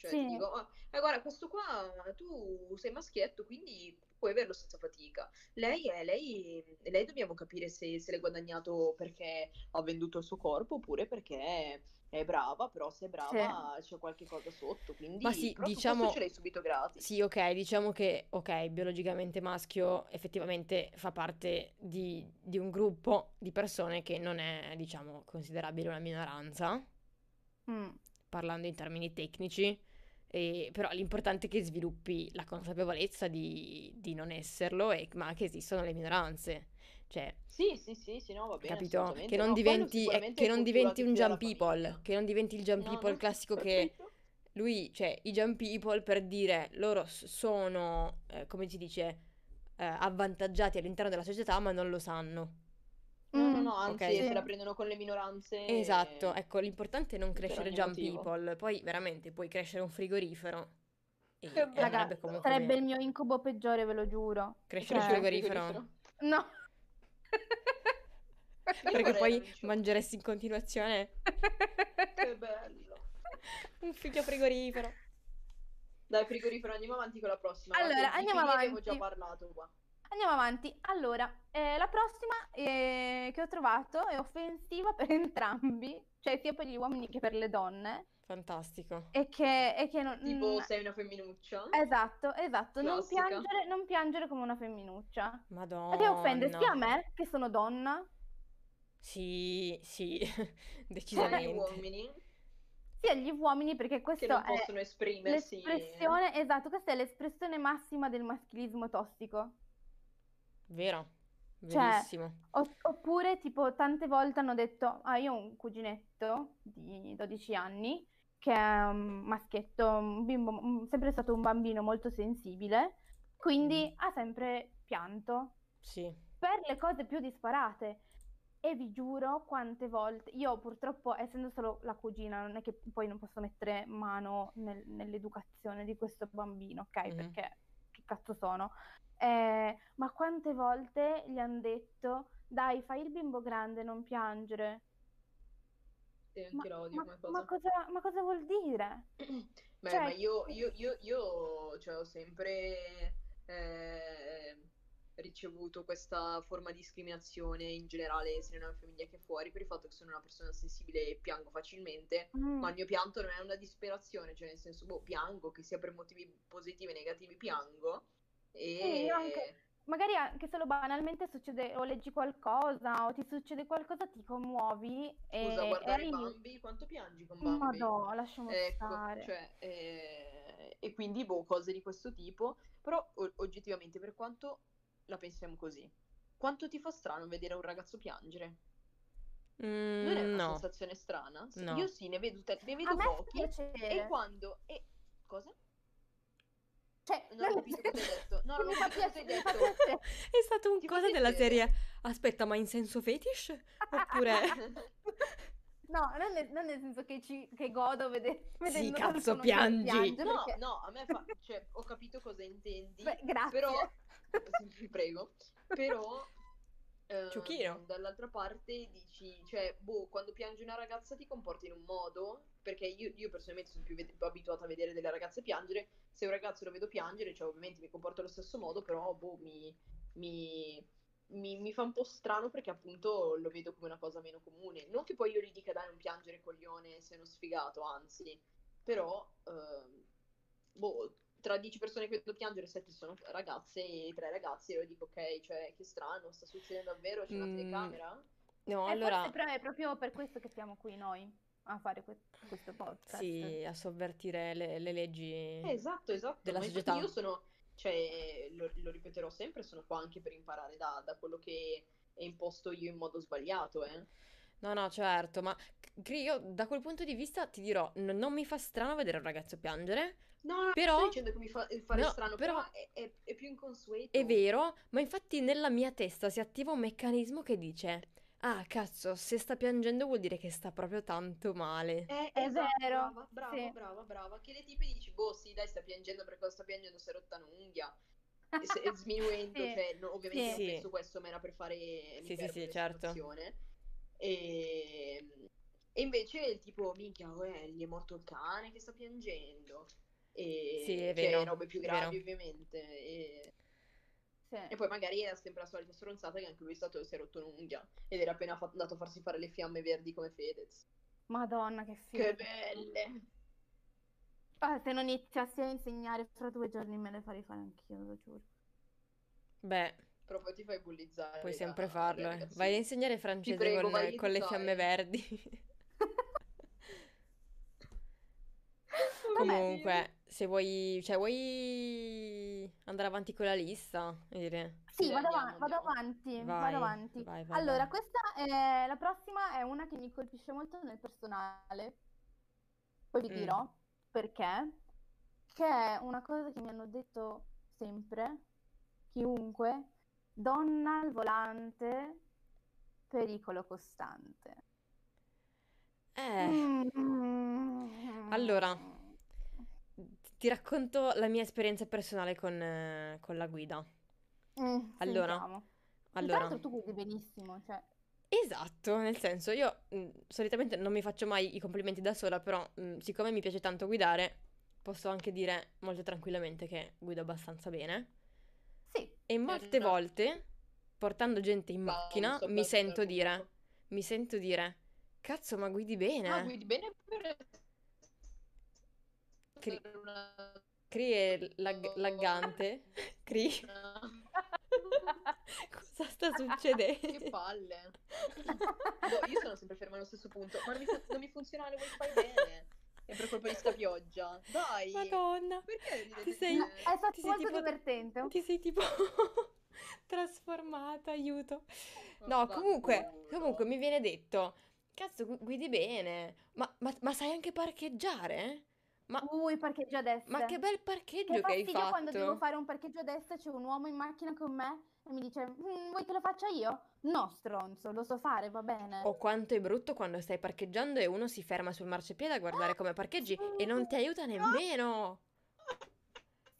Cioè, Sì. ti dico, "Ah, eh, guarda, questo qua, tu sei maschietto, quindi puoi averlo senza fatica. Lei è, lei, lei dobbiamo capire se, se l'è guadagnato perché ha venduto il suo corpo oppure perché è brava, però se è brava c'è qualche cosa sotto, quindi Ma sì, però tu diciamo- questo ce l'hai subito gratis. Sì, ok, diciamo che, ok, biologicamente maschio effettivamente fa parte di, di un gruppo di persone che non è, diciamo, considerabile una minoranza, Mm. parlando in termini tecnici, e- però l'importante è che sviluppi la consapevolezza di, di non esserlo, e- ma che esistono le minoranze. Cioè, Sì, sì, sì, sì, no, va bene, capito? assolutamente, Che non no, quello diventi, eh, sicuramente che è non cultura diventi di un chi è la jump people, famiglia. che non diventi il jump No, people no, classico che... perfetto. Lui, cioè, i Jump People per dire loro s- sono, eh, come si dice, eh, avvantaggiati all'interno della società, ma non lo sanno. No, no, Mm. no, anzi, Ok. se la Sì. prendono con le minoranze. Esatto, ecco, l'importante è non crescere ogni Jump motivo. People, poi veramente puoi crescere un frigorifero e eh, Che bello. andrebbe Raga, comunque Sarebbe bene. il mio incubo peggiore, ve lo giuro. eh, Crescere Cioè, il frigorifero, No. perché vorrei poi avere un cibo. mangeresti in continuazione Che bello. un figlio frigorifero. Dai, frigorifero, andiamo avanti con la prossima. Allora, Guarda, di andiamo figli Abbiamo avanti. già parlato qua. Andiamo avanti. Allora, eh, la prossima eh, che ho trovato è offensiva per entrambi, cioè sia per gli uomini che per le donne, Fantastico. e che, e che non... Tipo, mm, sei una femminuccia? Esatto, esatto, non Classica. Oh, piangere, non piangere come una femminuccia. Perché offende sia a Madonna. me, che sono donna, Sì, sì, Come gli decisamente. uomini sia agli uomini, perché che questa non è possono esprimersi. l'espressione, esatto, questa è l'espressione massima del maschilismo tossico. Vero, Cioè, verissimo. O- Oppure, tipo, tante volte hanno detto, ah, io ho un cuginetto di 12 anni che è un maschietto, un bimbo, un- sempre stato un bambino molto sensibile, quindi ha sempre pianto Sì. per le cose più disparate. E vi giuro quante volte, io purtroppo essendo solo la cugina, non è che poi non posso mettere mano nel- nell'educazione di questo bambino, ok? Mm-hmm. Mhm. Perché che cazzo sono? Eh, ma quante volte gli hanno detto, dai, fai il bimbo grande, non piangere. Sì, anche Ma, la ma- odio come ma cosa. cosa, ma cosa vuol dire? Beh, cioè- ma io, io, io, io, cioè, ho sempre eh, ricevuto questa forma di discriminazione in generale, sia nella mia famiglia che fuori, per il fatto che sono una persona sensibile e piango facilmente. Mm. Ma il mio pianto non è una disperazione, cioè nel senso, boh, piango, che sia per motivi positivi e negativi, piango. Sì, E... io anche. magari anche solo banalmente succede o leggi qualcosa o ti succede qualcosa, ti commuovi e, Scusa, e guardare i arrivi- bambi, quanto piangi con Ma bambi? no, lasciamo Ecco, stare. cioè, eh, e quindi boh, cose di questo tipo, però o- oggettivamente per quanto la pensiamo così, quanto ti fa strano vedere un ragazzo piangere? Mm, Non è una no. sensazione strana? S- No. Io sì, ne vedo, te- ne A vedo me fa pochi e piacere. quando... E... Cosa? Cioè, Non ho capito cosa hai detto. No, non ho mi fa capito cosa hai piacere, mi fa detto. piacere. È stato un Ti fa cosa della piacere? serie. Aspetta, ma in senso fetish? Oppure. No, non nel, non nel senso che, ci, che godo vede- vedendo cazzo, qualcuno che piangi. piange, No, perché- no, a me fa... Cioè, ho capito cosa intendi, Beh, grazie. però... Ti prego. però ehm, Ciuchino. dall'altra parte dici cioè boh quando piangi una ragazza ti comporti in un modo perché io, io personalmente sono più, ved- più abituata a vedere delle ragazze piangere se un ragazzo lo vedo piangere cioè ovviamente mi comporto allo stesso modo però boh mi, mi, mi- mi fa un po' strano perché appunto lo vedo come una cosa meno comune non che poi io gli dica dai non piangere coglione sei uno sfigato anzi però ehm, boh, tra 10 persone che vedo piangere 7 sono ragazze e 3 ragazzi e io dico ok, cioè che strano, sta succedendo davvero, c'è una Mm. telecamera? No, Eh, allora. forse però è proprio per questo che siamo qui noi a fare que- questo podcast. Sì, a sovvertire le, le leggi. Eh, esatto, esatto, Della ma infatti società. io sono, cioè lo, lo ripeterò sempre, sono qua anche per imparare da, da quello che è imposto io in modo sbagliato, eh. No, no, certo, ma Cri, io da quel punto di vista ti dirò, n- non mi fa strano vedere un ragazzo piangere, No, no, Però- sto dicendo che mi fa fare no, strano, però- però è, è- è più inconsueto. è vero, ma infatti nella mia testa si attiva un meccanismo che dice, ah, cazzo, se sta piangendo vuol dire che sta proprio tanto male. Eh, È esatto, vero, brava, brava, sì. brava, brava. Che le tipi dici, boh, sì, dai, sta piangendo per cosa sta piangendo, si è rotta un'unghia. E se- e sminuendo, Sì. cioè, no, ovviamente Sì. non penso questo, ma era per fare l'iperbole sì, certo. situazione. E... e invece il tipo, minchia, uè, gli è morto il cane che sta piangendo. E... Sì, è cioè, vero, robe più è vero. gravi, ovviamente. E... Sì. e poi magari era sempre la solita stronzata che anche lui è stato, si è rotto un'unghia ed era appena fa- andato a farsi fare le fiamme verdi come Fedez. Madonna, che figo. Che belle! Ah, se non iniziassi a insegnare fra due giorni me le farei fare anch'io, lo giuro. Beh, Però poi ti fai bullizzare. puoi da- sempre dai farlo, eh. ragazzini. Vai a insegnare francese prego, con, vai a con le educare. fiamme verdi. Vabbè, Comunque, se vuoi, cioè, vuoi andare avanti con la lista? Voglio dire. Sì, Sì, vado, andiamo, avan- vado andiamo. avanti, Vai, vado avanti. vai, vai, Allora, vai. questa è la prossima è una che mi colpisce molto nel personale. Poi vi Mm. dirò perché. Che è una cosa che mi hanno detto sempre, chiunque, donna al volante, pericolo costante. Eh. Mm. allora. Ti racconto la mia esperienza personale con, eh, con la guida. Mm, Allora, sentiamo. Tra Allora, l'altro tu guidi benissimo, cioè, esatto, nel senso, io mh, solitamente non mi faccio mai i complimenti da sola, però mh, siccome mi piace tanto guidare, posso anche dire molto tranquillamente che guido abbastanza bene. sì, E molte no. volte, portando gente in Ma non macchina, so mi quanto sento tempo. dire, eh. mi sento dire, cazzo, ma guidi bene. No, guidi Ah, bene per... Cri- per una- Cri è eh. Oh. lag- laggante. Cri, cosa sta Che succedendo? palle. Boh, io sono sempre ferma allo stesso punto. Ma non mi, fu- non mi funziona il wifi bene. È per colpa di sta pioggia. Dai. Oh, Madonna. Perché ridete Ti sei- No, di me? è stato Ti sei molto tipo- divertente. Ti sei tipo trasformata, aiuto. No, Vaffanculo. comunque, comunque mi viene detto, Cazzo, gu- guidi bene. Ma, ma- ma sai anche parcheggiare? Ma, Uh, il parcheggio a destra. ma che bel parcheggio Che che hai fastidio quando devo fatto. fare un parcheggio a destra, c'è un uomo in macchina con me e mi dice, "Mm, vuoi che lo faccia io? No, stronzo, lo so fare, va bene. Oh, quanto è brutto quando stai parcheggiando e uno si ferma sul marciapiede a guardare come parcheggi e non ti aiuta nemmeno.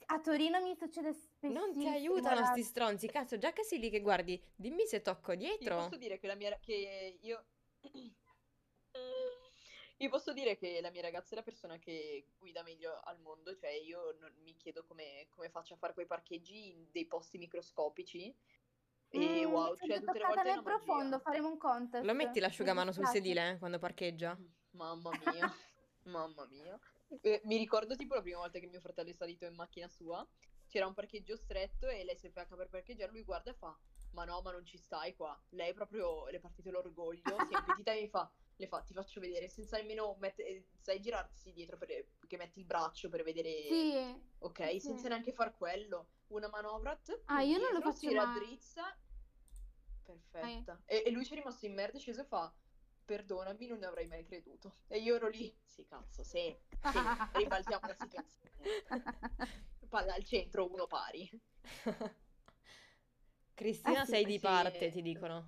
A Torino mi succede spessissimo. Non ti aiutano guarda. sti stronzi, cazzo, già che sei lì che guardi, dimmi se tocco Ti dietro. posso dire che la mia... che io... Io posso dire che la mia ragazza è la persona che guida meglio al mondo, cioè io non- mi chiedo come, come faccia a fare quei parcheggi in dei posti microscopici. E Mm, wow, sento cioè tutte le toccata volte è nel una magia. profondo, faremo un contest. Lo metti l'asciugamano Mi sul dispiace. sedile eh, quando parcheggia? Mamma mia, mamma mia. Eh, mi ricordo tipo la prima volta che mio fratello è salito in macchina sua, c'era un parcheggio stretto e lei si affaccia per parcheggiare, lui guarda e fa, ma no, ma non ci stai qua. Lei proprio le è partito l'orgoglio, si è impettita e mi fa, le fa, ti faccio vedere, senza nemmeno, mette- eh, sai girarsi dietro per- che metti il braccio per vedere, Sì. ok, sì. senza neanche far quello. Una manovra, t- Ah, io non lo indietro, faccio si mai. Ah, raddrizza, perfetta. E, e lui ci è rimasto in merda, è sceso e fa, perdonami, non ne avrei mai creduto. E io ero lì, sì, cazzo, sì, sì, ribaltiamo la situazione. Palla al centro, uno pari. Cristina, Ah, sì, sei di Sì, parte, eh, ti dicono.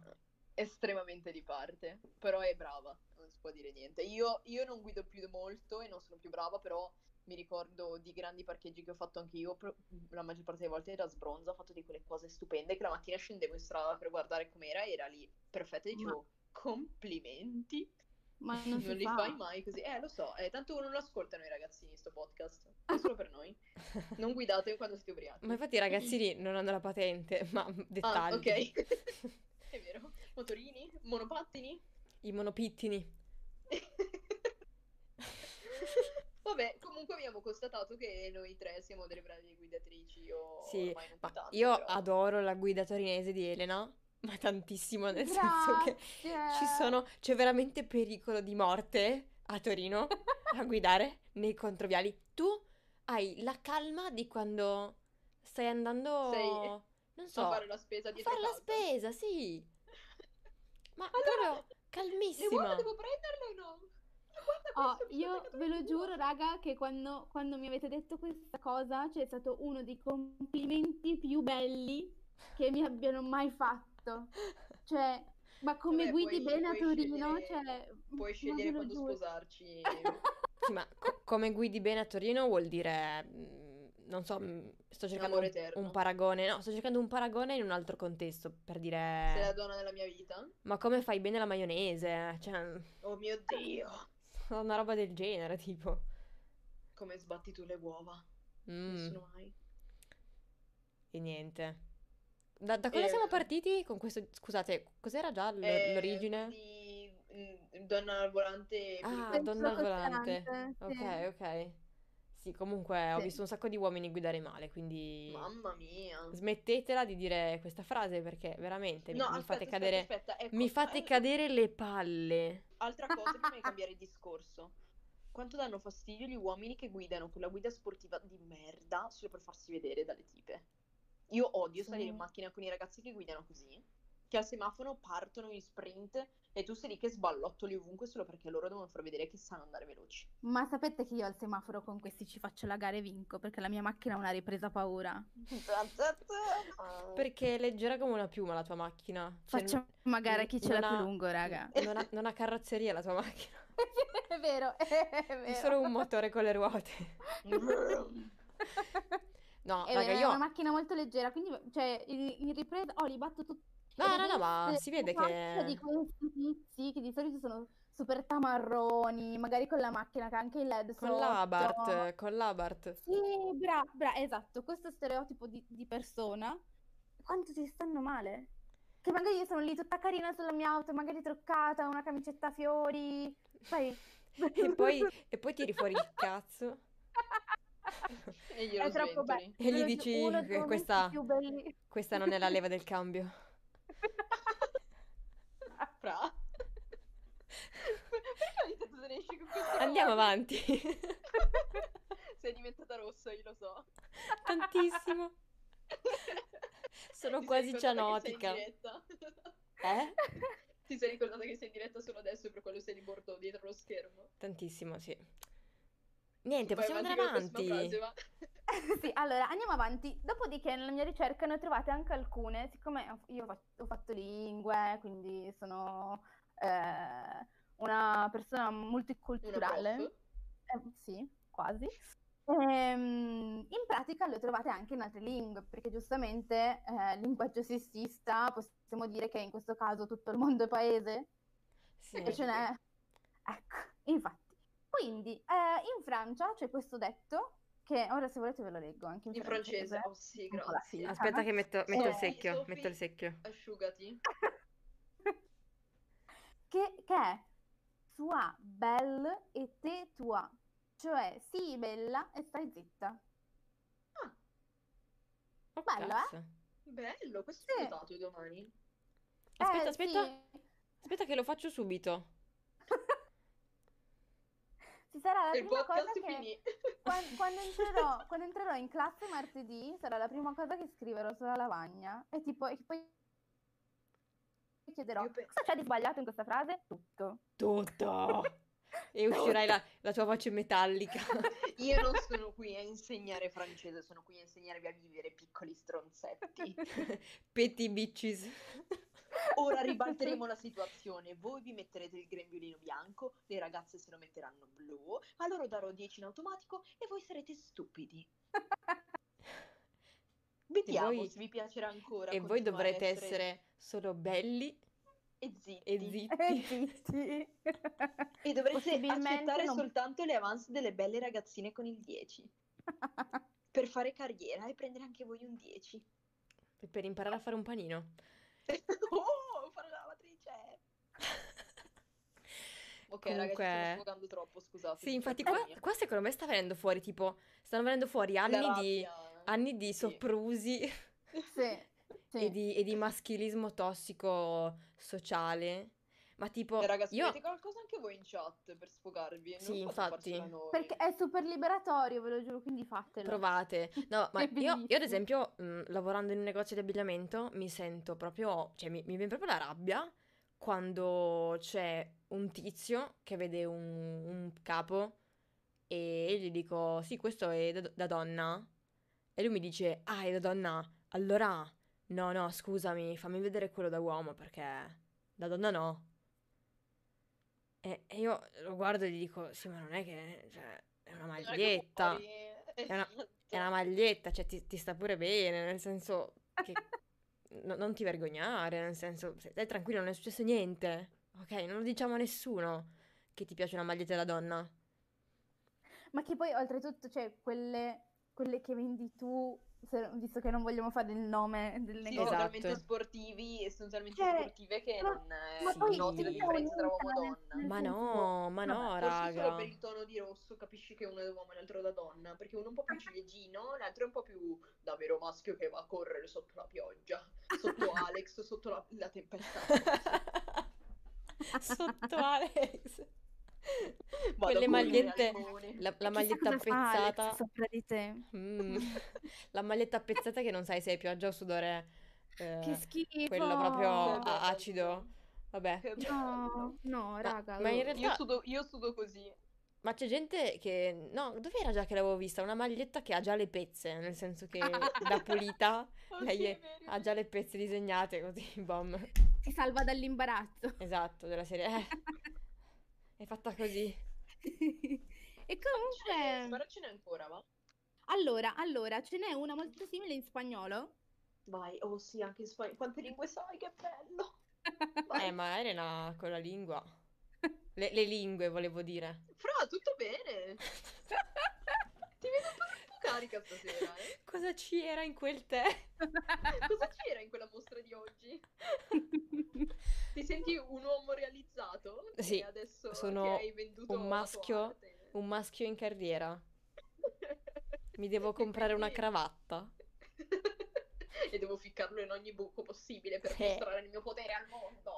Estremamente di parte, però è brava, non si può dire niente. Io, io non guido più molto e non sono più brava, però mi ricordo di grandi parcheggi che ho fatto anche io, pro- la maggior parte delle volte era sbronza, ho fatto di quelle cose stupende che la mattina scendevo in strada per guardare com'era e era lì perfetta, e dicevo complimenti, Ma non, non, si li fa. fai mai così. Eh, lo so, eh, tanto non lo ascoltano i ragazzini sto podcast, è solo per noi. Non guidate quando siete ubriachi. Ma infatti i ragazzini non hanno la patente, ma Ah, dettagli. ok. È vero. Motorini? Monopattini? I monopittini. Vabbè, comunque abbiamo constatato che noi tre siamo delle bravi guidatrici. Io Sì, ormai non più Ma tanto, io Esatto, però. adoro la guida torinese di Elena, ma tantissimo, nel senso che Grazie. ci sono, c'è veramente pericolo di morte a Torino a guidare nei controviali. Tu hai la calma di quando stai andando, Sei- non A so, fare la spesa dietro fare la casa. spesa, sì. Ma Allora, proprio le uova calmissima. devo prenderle o no? Ma guarda Oh, questo, mi sta io attaccando ve lo al culo. giuro, raga, che quando, quando mi avete detto questa cosa, c'è stato uno dei complimenti più belli che mi abbiano mai fatto. Cioè, ma come Vabbè, guidi puoi- bene a puoi Torino, scegliere- cioè, ma ve Puoi scegliere lo quando giuro. sposarci. Sì, ma co- come guidi bene a Torino vuol dire, mm, non so, mm, sto cercando L'amore un- un, eterno. paragone, no, sto cercando un paragone in un altro contesto, per dire, Sei la donna della mia vita? ma come fai bene la maionese? Cioè, Oh mio Dio, una roba del genere, tipo. come sbatti tu le uova. Mm, Nessuno mai. e niente. Da, da cosa Eh. siamo partiti con questo? Scusate, cos'era già l- Eh, l'origine? Di mm, donna al volante. Ah, pericolosa. donna al Penso volante. costante, sì. Ok, ok. Sì, comunque ho Sì. visto un sacco di uomini guidare male, quindi Mamma mia. smettetela di dire questa frase perché veramente mi, No, mi aspetta, fate aspetta, cadere aspetta, ecco, mi fate eh, cadere le palle. Altra cosa prima di cambiare discorso. Quanto danno fastidio gli uomini che guidano con la guida sportiva di merda solo per farsi vedere dalle tipe. Io odio salire in Sono- macchina con i ragazzi che guidano così, che al semaforo partono in sprint e tu sei lì che sballottoli ovunque solo perché loro devono far vedere che sanno andare veloci. Ma sapete che io al semaforo con questi ci faccio la gara e vinco perché la mia macchina ha una ripresa paura. Perché è leggera come una piuma la tua macchina. Cioè, Facciamo una gara non- chi ce l'ha non più ha- lungo, raga. non ha- non ha carrozzeria la tua macchina. È vero, è vero. È solo un motore con le ruote. No, È raga, vero, è io... Eh, una macchina molto leggera, quindi cioè, in, in ripresa, oh, li batto tutti. No, no, no, ma Eh, si vede la faccia di che... questi tizi che di solito sono super tamarroni, magari con la macchina che ha anche il LED Con sotto. l'Abart, con l'Abart. Sì, bra, bra, esatto, questo stereotipo di, di persona, quanto ci stanno male? Che magari io sono lì tutta carina sulla mia auto, magari truccata, una camicetta a fiori, sai... E poi, e poi tiri fuori il cazzo. E glielo È troppo sventoli. bello. E gli Ve lo giuro, dici uno che dei momenti questa- più belli. Questa non è la leva del cambio. Fra. Perché ogni tanto se ne esci con queste Andiamo cose? avanti. Sei diventata rossa, io lo so. Tantissimo. Sono Ti quasi sei ricordata che sei in cianotica. diretta? Eh? Ti sei ricordata che sei in diretta solo adesso e per quello sei di bordo dietro lo schermo? Tantissimo, sì. Niente, Vai possiamo avanti andare con la prossima avanti. frase, va. Sì, allora andiamo avanti. Dopodiché, nella mia ricerca ne ho trovate anche alcune, siccome ho- io ho fatto, ho fatto lingue, quindi sono eh, una persona Una multiculturale. prof. Eh, sì, quasi. Ehm, in pratica le trovate anche in altre lingue, perché giustamente eh, linguaggio sessista possiamo dire che in questo caso tutto il mondo è paese Sì. e ce n'è. Ecco, infatti. Quindi eh, in Francia c'è questo detto che ora se volete ve lo leggo anche in, In francese, oh sì, Un po' la grazie. fila. Aspetta che metto, metto il Eh, secchio, Sophie. metto il secchio. Asciugati. Che, che è toi belle e te toi, cioè sii bella e stai zitta. Oh, Bello, eh? cazzo. Bello, questo Sì. è notato i domani. Aspetta, Eh, aspetta. sì. Aspetta che lo faccio subito. Ci sarà la E il prima cosa podcast che finì. quan- quando, entrerò, quando entrerò in classe martedì sarà la prima cosa che scriverò sulla lavagna e tipo e poi chiederò Io penso- cosa c'è di sbagliato in questa frase? Tutto. Tutto. E uscirai la, la tua voce metallica. Io non sono qui a insegnare francese, sono qui a insegnarvi a vivere piccoli stronzetti. Petty bitches. Ora ribalteremo la situazione. Voi vi metterete il grembiulino bianco, le ragazze se lo metteranno blu, a loro darò 10 in automatico e voi sarete stupidi. Vediamo voi- se vi piacerà ancora. E voi continuare dovrete a essere solo belli e zitti. e Eh, zitti. sì, sì. E dovrete Possibilmente accettare non- soltanto le avance delle belle ragazzine con il 10 per fare carriera e prendere anche voi un 10. Eh. E Per imparare a fare un panino. oh, fare la lavatrice! Ok, ragazzi, Comunque- stiamo sfogando troppo, scusate. Sì, infatti qua, qua secondo me sta venendo fuori tipo stanno venendo fuori La anni di rabbia. anni di Sì. soprusi Sì, sì. e, di, e di maschilismo tossico sociale. Ma tipo Eh, ragazzi, io avete qualcosa anche voi in chat per sfogarvi? Non Sì, fate infatti. farcela noi. Perché è super liberatorio, ve lo giuro, quindi fatelo. Provate. No, ma È io, io ad bellissimo. esempio, mh, lavorando in un negozio di abbigliamento, mi sento proprio, cioè mi, mi viene proprio la rabbia quando c'è un tizio che vede un, un capo e io gli dico, sì, questo è da, da donna. E lui mi dice, ah, è da donna. Allora, no, no, scusami, fammi vedere quello da uomo perché da donna no. E, e io lo guardo e gli dico, sì, ma non è che, cioè, è una Ragazzi, maglietta. fuori, eh, una- esatto. È una maglietta, cioè ti, ti sta pure bene, nel senso che no- non ti vergognare, nel senso se- stai tranquillo, non è successo niente, ok? Non lo diciamo a nessuno che ti piace una maglietta da donna. Ma che poi oltretutto, cioè, quelle, quelle che vendi tu, se- visto che non vogliamo fare il nome del Sì, negozio. esatto. totalmente sportivi, essenzialmente Cioè, sportive che ma- non eh, ma sì, poi noti la sì, differenza tra uomo e unita, nel donna. senso- Ma no, ma no, Vabbè, Forse solo raga. per il tono di rosso capisci che uno è da uomo e l'altro è da donna, perché uno è un po' Ah. più ciliegino, l'altro è un po' più davvero maschio che va a correre sotto la pioggia, sotto Alex, sotto la, la tempesta. Sotto Alex. Vado a ecco. Quelle correre magliette, al limone. la, la Chissà maglietta cosa fa Alex appezzata. sopra di te. Mm. la maglietta appezzata che non sai se è pioggia o sudore. eh, Che schifo. quello proprio Che bello. a- acido. Vabbè. Che bello. No, no, raga. oh, ma in lo- realtà- Io sudo, io sudo così. Ma c'è gente che... No, dov'era già che l'avevo vista? Una maglietta che ha già le pezze, nel senso che da pulita Oh, lei sì, è- è vero, ha già le pezze disegnate così, bom. ti salva dall'imbarazzo. Esatto, della serie. eh, è fatta così. e Sparacene- comunque, Sparacene ancora, va? allora, allora, ce n'è una molto simile in spagnolo. Vai, oh sì, anche in spagnolo. Quante lingue sai, che bello! Vai. Eh, ma Elena con la lingua. Le, le lingue, volevo dire. Fra, tutto bene? Ti vedo un po', un po' carica stasera, eh? Cosa c'era in quel tè? Cosa c'era in quella mostra di oggi? Ti senti un uomo realizzato? Che Sì, adesso sono che hai venduto un la tua maschio, arte. Un maschio in carriera. Mi devo comprare una Quindi- cravatta. e devo ficcarlo in ogni buco possibile per Sì. mostrare il mio potere al mondo.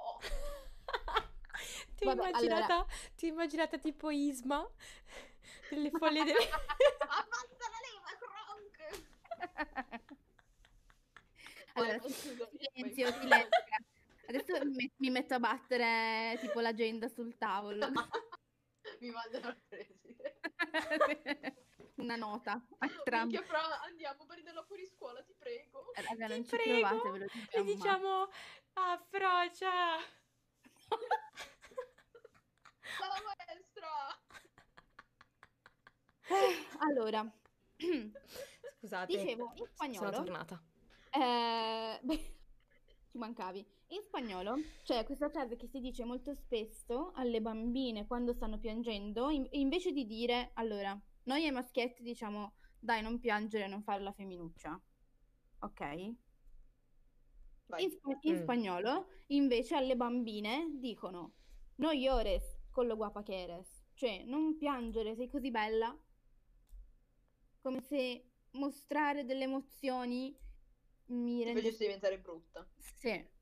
Ti ho Vabbè, allora- immaginata, ti ho immaginata tipo Isma delle foglie delle... Abbassa la leva, Kronk! allora, Oh, scusa, silenzio, vai. silenzio. Adesso mi, mi metto a battere tipo l'agenda sul tavolo. Mi mandano al preside. Una nota a entrambi. Eh, Minchia, Fra, andiamo, prenderla fuori scuola, ti prego. Raga, Ti non ci prego, provate, ve lo E diciamo. diciamo, ah, Frocia! Dalla maestra! Allora, Scusate, dicevo, in sono spagnolo... tornata. Eh, beh, ci mancavi. In spagnolo c'è questa frase che si dice molto spesso alle bambine quando stanno piangendo, in- invece di dire, allora, noi ai maschietti diciamo, dai, non piangere, non fare la femminuccia. Ok? Vai. In, spa- in Mm. spagnolo, invece, alle bambine dicono, no llores con lo guapa que eres. Cioè, non piangere, sei così bella. Come se mostrare delle emozioni mi Ti rendesse facessi diventare brutta. sì.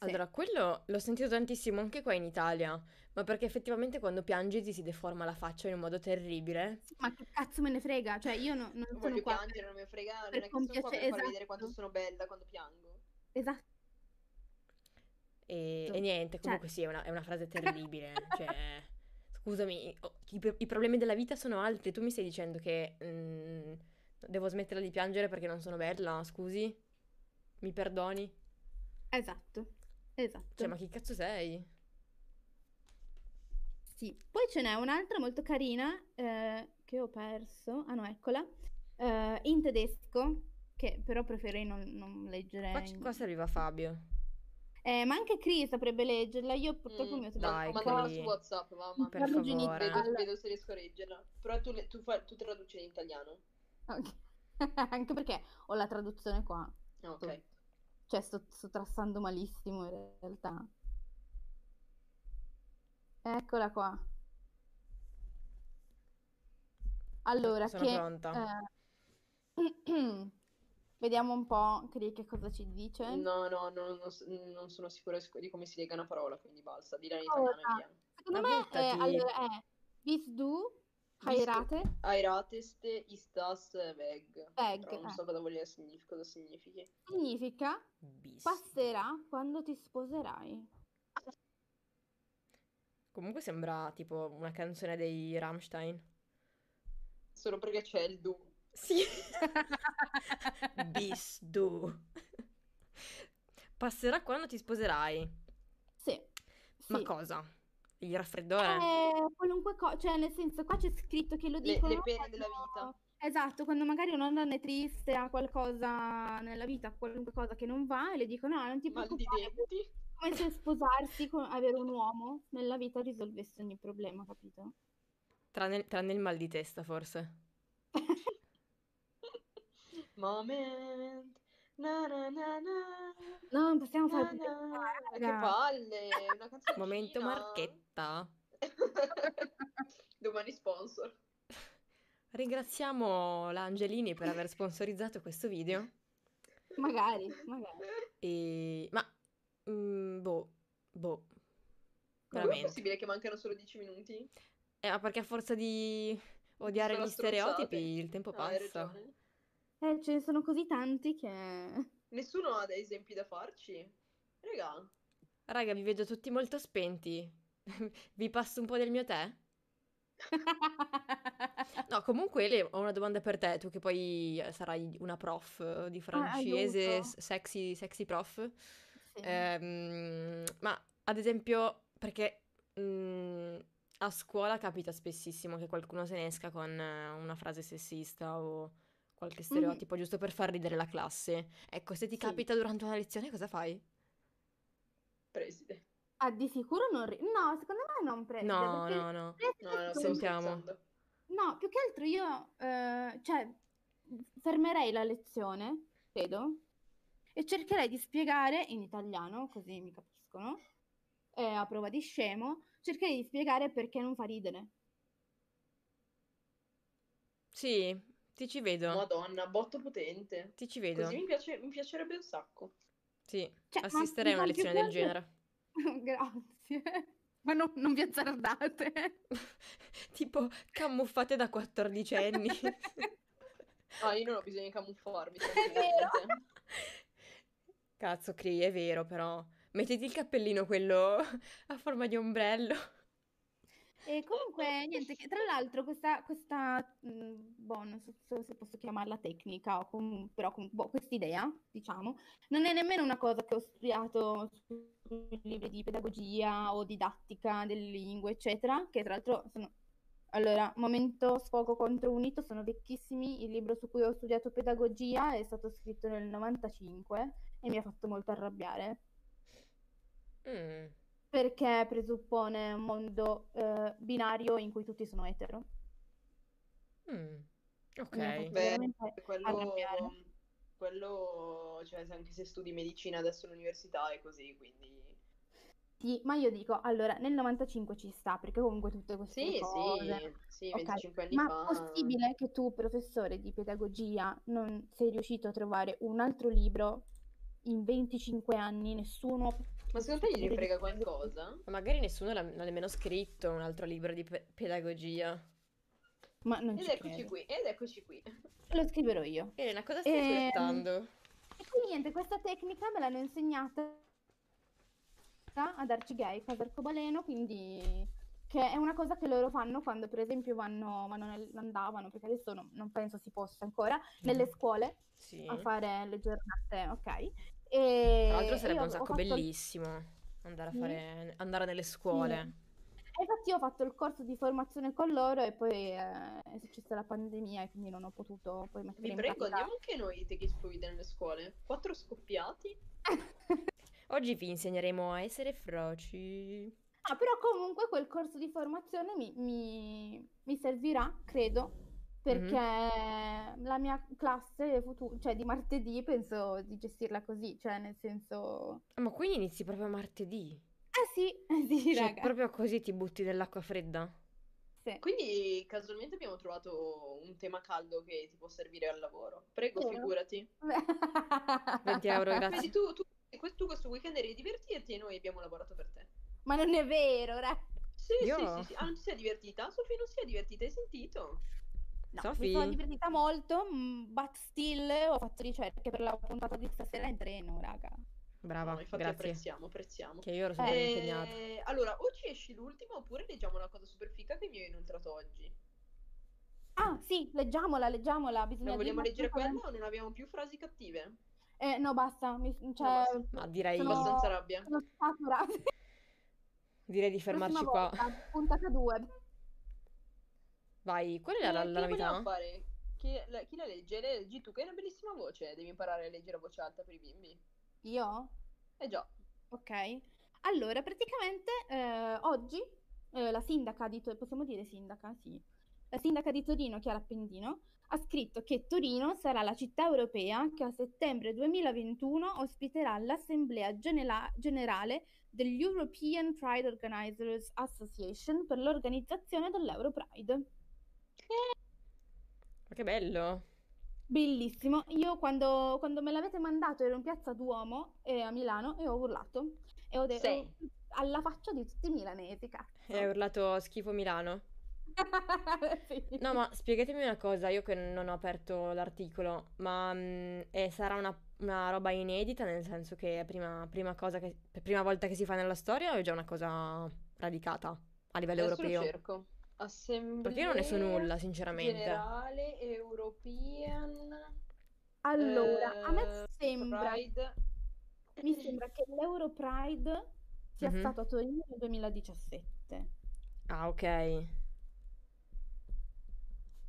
Allora, quello l'ho sentito tantissimo anche qua in Italia, ma perché effettivamente quando piangi ti si deforma la faccia in un modo terribile. Sì, ma che cazzo me ne frega? Cioè, io no- non Non sono voglio qua. piangere, non mi frega, non per è che sono qua per far compiacere- vedere quanto esatto. sono bella quando piango. Esatto. E, Esatto. e niente, Cioè- comunque sì, è una, è una frase terribile. cioè, scusami, oh, i, pro- i problemi della vita sono altri. Tu mi stai dicendo che mm, devo smetterla di piangere perché non sono bella? Scusi? Mi perdoni? Esatto. Esatto. Cioè, ma chi cazzo sei? Sì. Poi ce n'è un'altra molto carina eh, che ho perso. Ah no, eccola. Eh, in tedesco, che però preferirei non, non leggere. Qua, c- in- qua serviva Fabio. Eh, ma anche Chris potrebbe leggerla. Io purtroppo Mm, mi ho no, tedesco. dai, mandala Cri. su WhatsApp, mamma. Per Parlo favore. genitale. Vedo, Allora. vedo se riesco a leggerla. Però tu, le- tu fa- tu traduci in italiano. Ok. anche perché ho la traduzione qua. Ah, Ok. Cioè, sto, sto trassando malissimo in realtà. Eccola qua. Allora, Sono che... pronta. eh, Vediamo un po' Cri che cosa ci dice. No, no, no, non, s- non sono sicura sc- di come si lega una parola, quindi basta, dilla in Allora. italiano e via. Secondo Ma me, buttati. eh, allora, è Bis du, Hairate, Airatest istas veg. Veg, Però non eh. so cosa, voglia signif- cosa significhi. significa Bis. passerà quando ti sposerai. Comunque sembra tipo una canzone dei Rammstein. Solo perché c'è il du. Sì. Bis du. Passerà quando ti sposerai. Sì. Ma sì. cosa? Il raffreddore? Eh, qualunque cosa, cioè nel senso qua c'è scritto che lo Le- dicono le pene della quando- vita. Esatto, quando magari una donna è triste, ha qualcosa nella vita, qualunque cosa che non va, e le dicono no, non ti Mal di preoccupare, denti. come se sposarsi con avere un uomo nella vita risolvesse ogni problema, capito? Tranne, tranne il mal di testa, forse. Moment. Na na na na. No, non possiamo na, fare na. Ah, Che raga. palle, una canzoncina. Momento marchetta. Domani sponsor. Ringraziamo la Angelini per aver sponsorizzato questo video. Magari, magari. E... Ma... mm, boh. Boh. Ma Come è Veramente. possibile che mancano solo 10 minuti? Eh, ma perché a forza di odiare Sono gli stronzate. stereotipi il tempo Ah, hai passa. ragione. Eh, ce ne sono così tanti che... Nessuno ha dei esempi da farci? Raga, Raga, vi vedo tutti molto spenti. Vi passo un po' del mio tè? No, comunque Ele, ho una domanda per te, tu che poi eh, sarai una prof eh, di francese, Ah, aiuto. s- sexy, sexy prof. Sì. Eh. Ehm, ma ad esempio, perché mm, a scuola capita spessissimo che qualcuno se ne esca con eh, una frase sessista o qualche stereotipo, giusto per far ridere la classe. Ecco, se ti Mm. Sì. capita durante una lezione, cosa fai? preside. Ah, di sicuro non... ri- No, secondo me non prende, No, perché- no, no. No, no, Sì. stavo Sentiamo. scherzando. No, più che altro io, eh, cioè, fermerei la lezione, credo, e cercherei di spiegare in italiano, così mi capiscono, eh, a prova di scemo, cercherei di spiegare perché non fa ridere. Sì, ti ci vedo, Madonna, botto potente. ti ci vedo. Così mi, piace- mi piacerebbe un sacco. Sì, Cioè, ma- assisterei a una ma più lezione che del altro- genere. Grazie. Ma non, non vi azzardate. Tipo camuffate da quattordicenni. Ah, io non ho bisogno di camuffarmi. cioè, vero. tranquillamente. Cazzo, Cri, è vero, però. mettiti il cappellino quello a forma di ombrello. E comunque, niente, che- tra l'altro questa, questa mh, boh, non so so se posso chiamarla tecnica, o comu- però com- boh, quest'idea, diciamo, non è nemmeno una cosa che ho studiato sui libri di pedagogia o didattica delle lingue, eccetera, che tra l'altro sono... Allora, momento sfogo contro unito, sono vecchissimi, il libro su cui ho studiato pedagogia è stato scritto nel 95 e mi ha fatto molto arrabbiare Mm. perché presuppone un mondo eh, binario in cui tutti sono etero. Mm. Mi ha fatto Ok. Beh, veramente- Quello, arrabbiare. quello, cioè, se- anche se studi medicina adesso all'università è così, quindi... Sì, ma io dico, allora, nel 95 ci sta, perché comunque tutte queste Sì, cose... sì, sì, Ok, 25 anni Ma fa... è possibile che tu, professore di pedagogia, non sei riuscito a trovare un altro libro in 25 anni? Nessuno... Ma secondo te gli frega qualcosa? Ma magari nessuno l'ha, l'ha nemmeno scritto un altro libro di pe- pedagogia. Ma non Ed ci eccoci credo. qui, ed eccoci qui. Lo scriverò io. Elena, cosa stai Ehm, aspettando? E quindi niente, questa tecnica me l'hanno insegnata ad Arcigaico, ad Arcobaleno, quindi che è una cosa che loro fanno quando per esempio vanno, vanno nel- andavano, perché adesso no- non penso si possa ancora, nelle scuole Mm. Sì. a Tra fare le giornate, ok? E l'altro sarebbe io un ho sacco fatto Mm? il- bellissimo andare a Sì. fare, andare nelle scuole. e infatti io ho fatto il corso di formazione con loro e poi eh, è successa la pandemia e quindi non ho potuto poi mettere Vi in prego, pratica. andiamo anche noi te che spuide nelle scuole. Quattro scoppiati? Oggi vi insegneremo a essere froci. Ah, però comunque quel corso di formazione mi, mi- mi servirà, credo, perché la mia classe futu- cioè di martedì penso di gestirla così, cioè nel senso... Ah, ma quindi inizi proprio martedì? Ah sì, eh sì, Cioè, raga. proprio così ti butti dell'acqua fredda? sì. Quindi casualmente abbiamo trovato un tema caldo che ti può servire al lavoro. Prego, Vero. figurati. 20 euro, Vedi grazie. tu, tu, que- tu questo weekend eri divertirti e noi abbiamo lavorato per te. Ma non è vero, raga. Sì, Io- sì, sì, sì. Ah, non ti sei divertita? Sofì non si è divertita, hai sentito? No, mi Sophie? sono divertita molto, mm, but still ho fatto ricerche per la puntata di stasera in treno, raga. Brava, No, infatti grazie. apprezziamo, apprezziamo. Che io ero sempre Eh, impegnata. allora, o ci esci l'ultima oppure leggiamo una cosa super fica che mi ho inoltrato oggi. Ah, sì, leggiamola, leggiamola, Non bisogna vogliamo dirla leggere senza- quella o non abbiamo più frasi cattive? Eh, no, basta, mi- cioè, basta. Ma direi, sono- Abbastanza rabbia. sono saturata. direi di fermarci qua. Prossima volta, puntata 2. Vai, qual è Eh, la, che la novità? vogliamo fare? Chi la, chi la legge? Le- Leggi tu che hai una bellissima voce, devi imparare a leggere a voce alta per i bimbi. Io? Eh già, Ok. Allora, praticamente eh, oggi eh, la sindaca di Torino, possiamo dire sindaca? Sì. La sindaca di Torino, Chiara Appendino, ha scritto che Torino sarà la città europea che a settembre 2021 ospiterà l'Assemblea Genela- Generale dell'European Pride Organizers Association per l'organizzazione dell'Euro Pride. Ma che bello. Bellissimo, io quando, quando me l'avete mandato ero in piazza Duomo eh, a Milano e ho urlato e ho detto Sì. alla faccia di tutti i milanesi, cazzo. E hai urlato schifo Milano. Sì. No, ma spiegatemi una cosa, io che non ho aperto l'articolo, ma mm, eh, sarà una, una roba inedita, nel senso che è prima, prima cosa che, per prima volta che si fa nella storia o è già una cosa radicata a livello adesso lo europeo? cerco. Assemblea Perché io non ne so nulla, sinceramente. Generale European Allora, a me eh, sembra, Pride. mi sembra che l'Euro Pride sia Mhm. stato a Torino nel 2017. Ah, ok.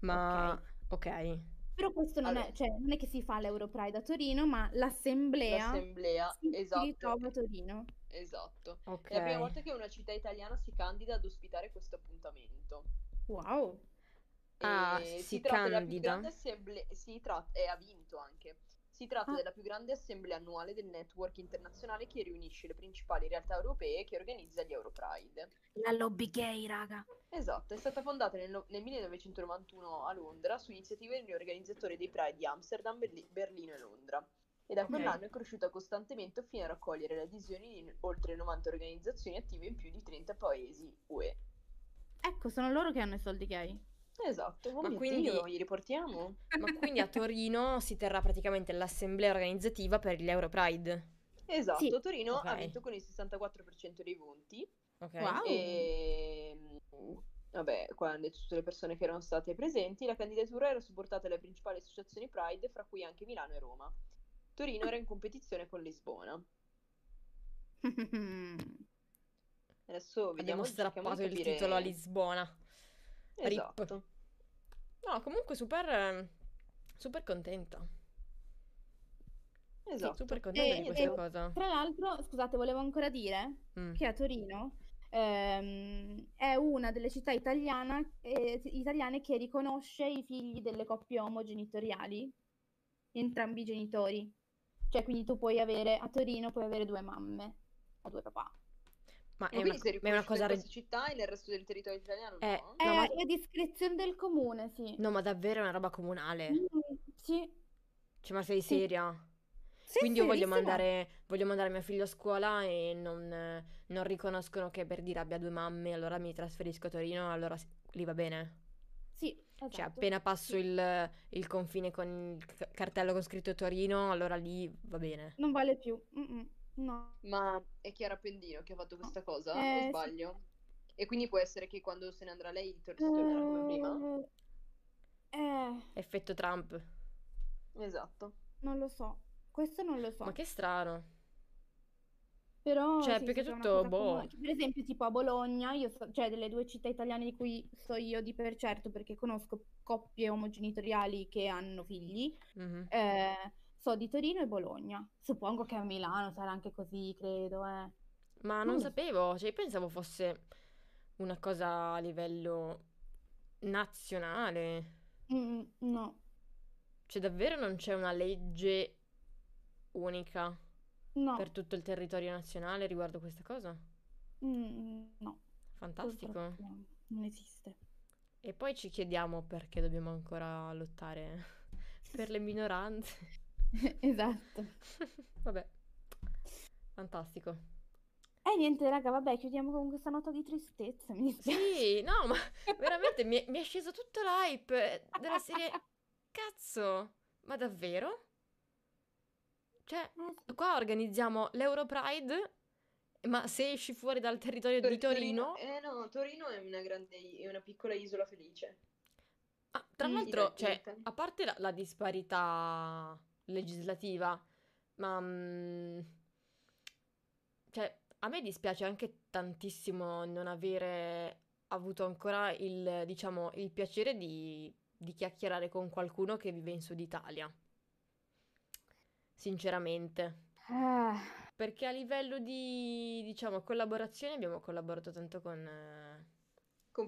Ma ok. Però questo non Allora. è, cioè, non è che si fa l'Euro Pride a Torino, ma l'assemblea L'assemblea, si, si esatto, ritrova a Torino. esatto. Ok. È la prima volta che una città italiana si candida ad ospitare questo appuntamento. Wow. Ah, Eh, si tratta della più candida? grande assemblea, si tratta, e ha vinto anche. Si tratta Ah. della più grande assemblea annuale del network internazionale che riunisce le principali realtà europee e che organizza gli Europride. La lobby gay, raga. Esatto, è stata fondata nel, no- nel 1991 a Londra su iniziativa degli organizzatori dei Pride di Amsterdam, Berli- Berlino e Londra. E da Ok. quell'anno è cresciuta costantemente fino a raccogliere le adesioni di oltre 90 organizzazioni attive in più di 30 paesi UE. Ecco, sono loro che hanno i soldi gay. Esatto, oh Ma mio quindi- Dio, li riportiamo? Ma quindi a Torino si terrà praticamente l'assemblea organizzativa per gli Europride. Esatto, Sì. Torino ha Ok. vinto con il 64% dei voti. Ok. Wow. E vabbè, qua hanno detto tutte le persone che erano state presenti, la candidatura era supportata dalle principali associazioni Pride, fra cui anche Milano e Roma. Torino era in competizione con Lisbona. Adesso vediamo Abbiamo cerchiamo di strappato il capire- titolo a Lisbona. Rip. Esatto. No, comunque super, eh, super contenta. Sì, Esatto. super contenta di E- questa e- cosa. Tra l'altro, scusate, volevo ancora dire Mm. che a Torino ehm, è una delle città italiana- eh, italiane che riconosce i figli delle coppie omogenitoriali, entrambi i genitori. Cioè, quindi tu puoi avere, a Torino puoi avere due mamme o due papà. Ma è Ma una, quindi sei ma è una riconosciuto cosa... in re- queste città e nel resto del territorio italiano Eh, no? È No, ma- a discrezione del comune, sì. No, ma davvero è una roba comunale. cioè Mm, sì. Cioè, ma sei Sì. seria? Sì, Quindi io voglio serissimo. mandare, voglio mandare mio figlio a scuola e non, eh, non riconoscono che per dire abbia due mamme, allora mi trasferisco a Torino, allora s- lì va bene. Sì, Cioè, esatto. appena passo il, il confine con il c- cartello con scritto Torino, allora lì va bene. Non vale più. Mm-mm, No. Ma è Chiara Pendino che ha fatto questa cosa, o Eh, sì. sbaglio? E quindi può essere che quando se ne andrà lei tor- si tornerà come prima? Eh, eh, Effetto Trump. Eh. Esatto. non lo so. Questo non lo so. Ma che strano. Però Cioè, sì, più sì, che che è una tutto, cosa boh. comune. Cioè, Per esempio, tipo a Bologna, io so- cioè delle due città italiane di cui so io di per certo perché conosco coppie omogenitoriali che hanno figli, Mhm. eh, so di Torino e Bologna. Suppongo che a Milano sarà anche così, credo, eh. Ma non Mm. sapevo, cioè, io pensavo fosse una cosa a livello nazionale. Mm, no, Cioè, davvero non c'è una legge unica no, per tutto il territorio nazionale riguardo questa cosa? mm, no, Fantastico. purtroppo no, non esiste. E poi ci chiediamo perché dobbiamo ancora lottare per le minoranze. Esatto. Vabbè, fantastico. E Eh, niente, raga, vabbè, chiudiamo con questa nota di tristezza, mi dispiace. Sì, no, ma veramente mi è, mi è sceso tutto l'hype eh, della serie. Cazzo, ma davvero? Cioè, Eh sì. qua organizziamo l'Europride, ma se esci fuori dal territorio Tor- Cioè, di Torino. Eh no, Torino è una grande, i- è una piccola isola felice. Ah, tra Mm. l'altro, cioè, Divertente. a parte la, la disparità legislativa, ma mm, cioè, a me dispiace anche tantissimo non avere avuto ancora il, diciamo, il piacere di, di chiacchierare con qualcuno che vive in Sud Italia. Sinceramente, Eh, perché a livello di, diciamo, collaborazione abbiamo collaborato tanto con eh, Con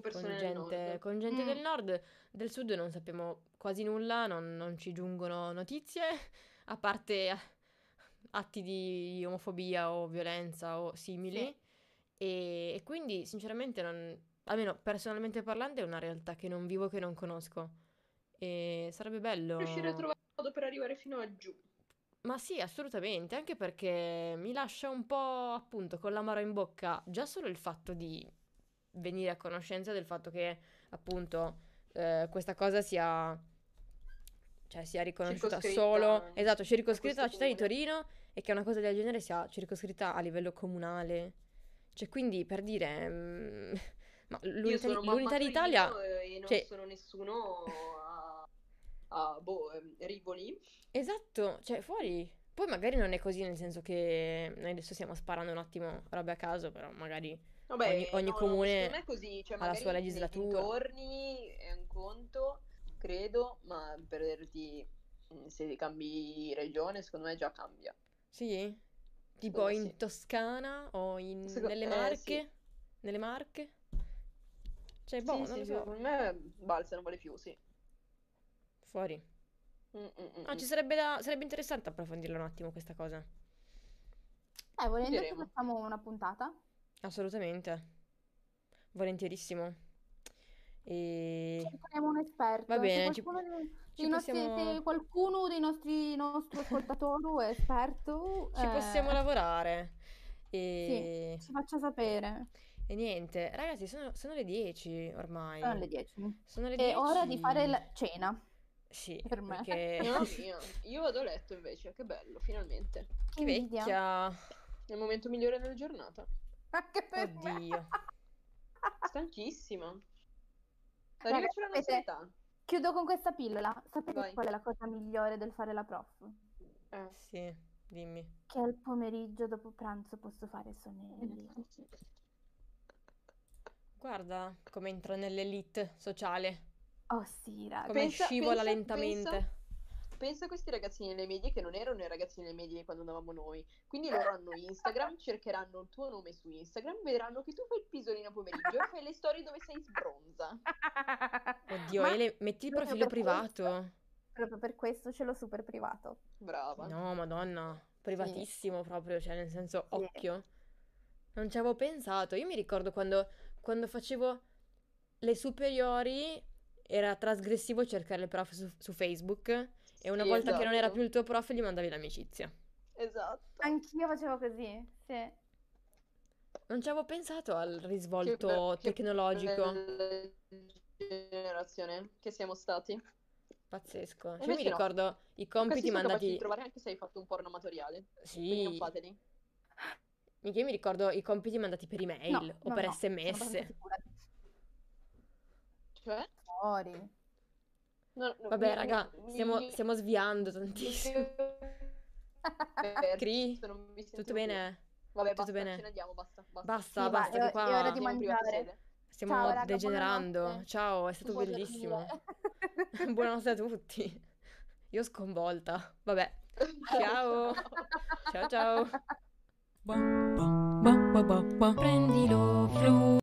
con persone del gente, nord. con gente Mm. del nord, del sud non sappiamo quasi nulla, non, non ci giungono notizie, a parte eh, atti di omofobia o violenza o simili. Sì. E, e quindi, sinceramente, non- almeno personalmente parlando, è una realtà che non vivo, che non conosco. E sarebbe bello. Riuscire a trovare un modo per arrivare fino a giù. Ma sì, assolutamente, anche perché mi lascia un po' appunto con l'amaro in bocca già solo il fatto di venire a conoscenza del fatto che appunto eh, questa cosa sia, cioè, sia riconosciuta Circoscritta solo, esatto, circoscritta questo alla città di comune. Torino e che una cosa del genere sia circoscritta a livello comunale. Cioè, quindi per dire, mm, ma Io l'unità, sono mamma l'unità a d'Italia, Torino, eh, e non cioè- sono nessuno a, a, boh, ehm, Rivoli. Esatto, cioè fuori. Poi magari non è così, nel senso che noi adesso stiamo sparando un attimo robe a caso, però magari. Vabbè, Ogni- ogni no, no, comune secondo me è così, cioè ha la magari sua nei legislatura. dintorni è un conto, credo, ma per dirti mm, se cambi regione, secondo me già cambia. Boh, Sì? Tipo Secondo me in sì. Toscana o in- Seco- nelle eh, Marche? sì. Nelle Marche? Cioè, Sì, boh, non sì, lo sì, so. secondo me balza, non vale più, sì. Fuori. Mm, mm, mm, No, mm. Ah, ci sarebbe da... sarebbe interessante approfondirla un attimo questa cosa. eh, volendo ci Vedremo. facciamo una puntata. Assolutamente. Volentierissimo. E... Ci poniamo un esperto. Va Se bene, ci- qualcuno dei- ci dei nostri- possiamo- se qualcuno dei nostri nostri ascoltatori è esperto, Ci eh, possiamo lavorare. E... ci faccia sapere. E niente, ragazzi, sono, sono le 10 ormai. Sono le 10. Sono le È ora 10. di fare la cena. Sì, Per me. perché Mamma mia, io vado a letto invece, che bello, finalmente. che vecchia. È il momento migliore della giornata. Anche per me. Oddio. Stanchissima. Arrivaci alla nostra sapete- età. Chiudo con questa pillola. Sapete Vai. qual è la cosa migliore del fare la prof? Eh. Sì, dimmi. Che al pomeriggio dopo pranzo posso fare sonnelli. Mm. Guarda come entra nell'elite sociale, Oh sì, raga. come Pensa- scivola pensa- lentamente. pensa- Pensa a questi ragazzini delle medie che non erano i ragazzini delle medie quando andavamo noi. Quindi loro hanno Instagram, cercheranno il tuo nome su Instagram, vedranno che tu fai il pisolino a pomeriggio e fai le storie dove sei sbronza. Oddio, Ma Ele, metti il proprio profilo per questo- privato. Proprio per questo ce l'ho super privato. Brava. No, madonna, privatissimo proprio, cioè nel senso Sì. occhio. Non ci avevo pensato. Io mi ricordo quando, quando facevo le superiori era trasgressivo cercare il prof su, su Facebook e una Sì, volta che non era esatto. più il tuo prof gli mandavi l'amicizia. Esatto. Anch'io facevo così, sì. Non ci avevo pensato al Che be- risvolto che tecnologico. bella generazione che siamo stati. Pazzesco. Cioè, io mi invece no. ricordo i compiti Questi sono capaci di mandati. trovare anche se hai fatto un porno amatoriale. Quindi non Sì, fateli. Minchia, io mi ricordo i compiti mandati per email No, o no, per no, sono abbastanza sms. sicura. Cioè, Fuori. no, no, Vabbè, mi- raga, mi- stiamo, mi- stiamo sviando mi- tantissimo. Cri, non mi sento tutto più. bene? Vabbè, tutto basta, bene? ce ne andiamo, basta, basta. Basta, Sì, va, basta, è- che è qua ora di Siamo in privata mangiare. sede. stiamo Ciao, raga, degenerando. buonanotte. Ciao, è stato Voglio dormire. bellissimo. Buonanotte a tutti. Io sconvolta. Vabbè, Ciao. ciao ciao. Prendilo, fluido.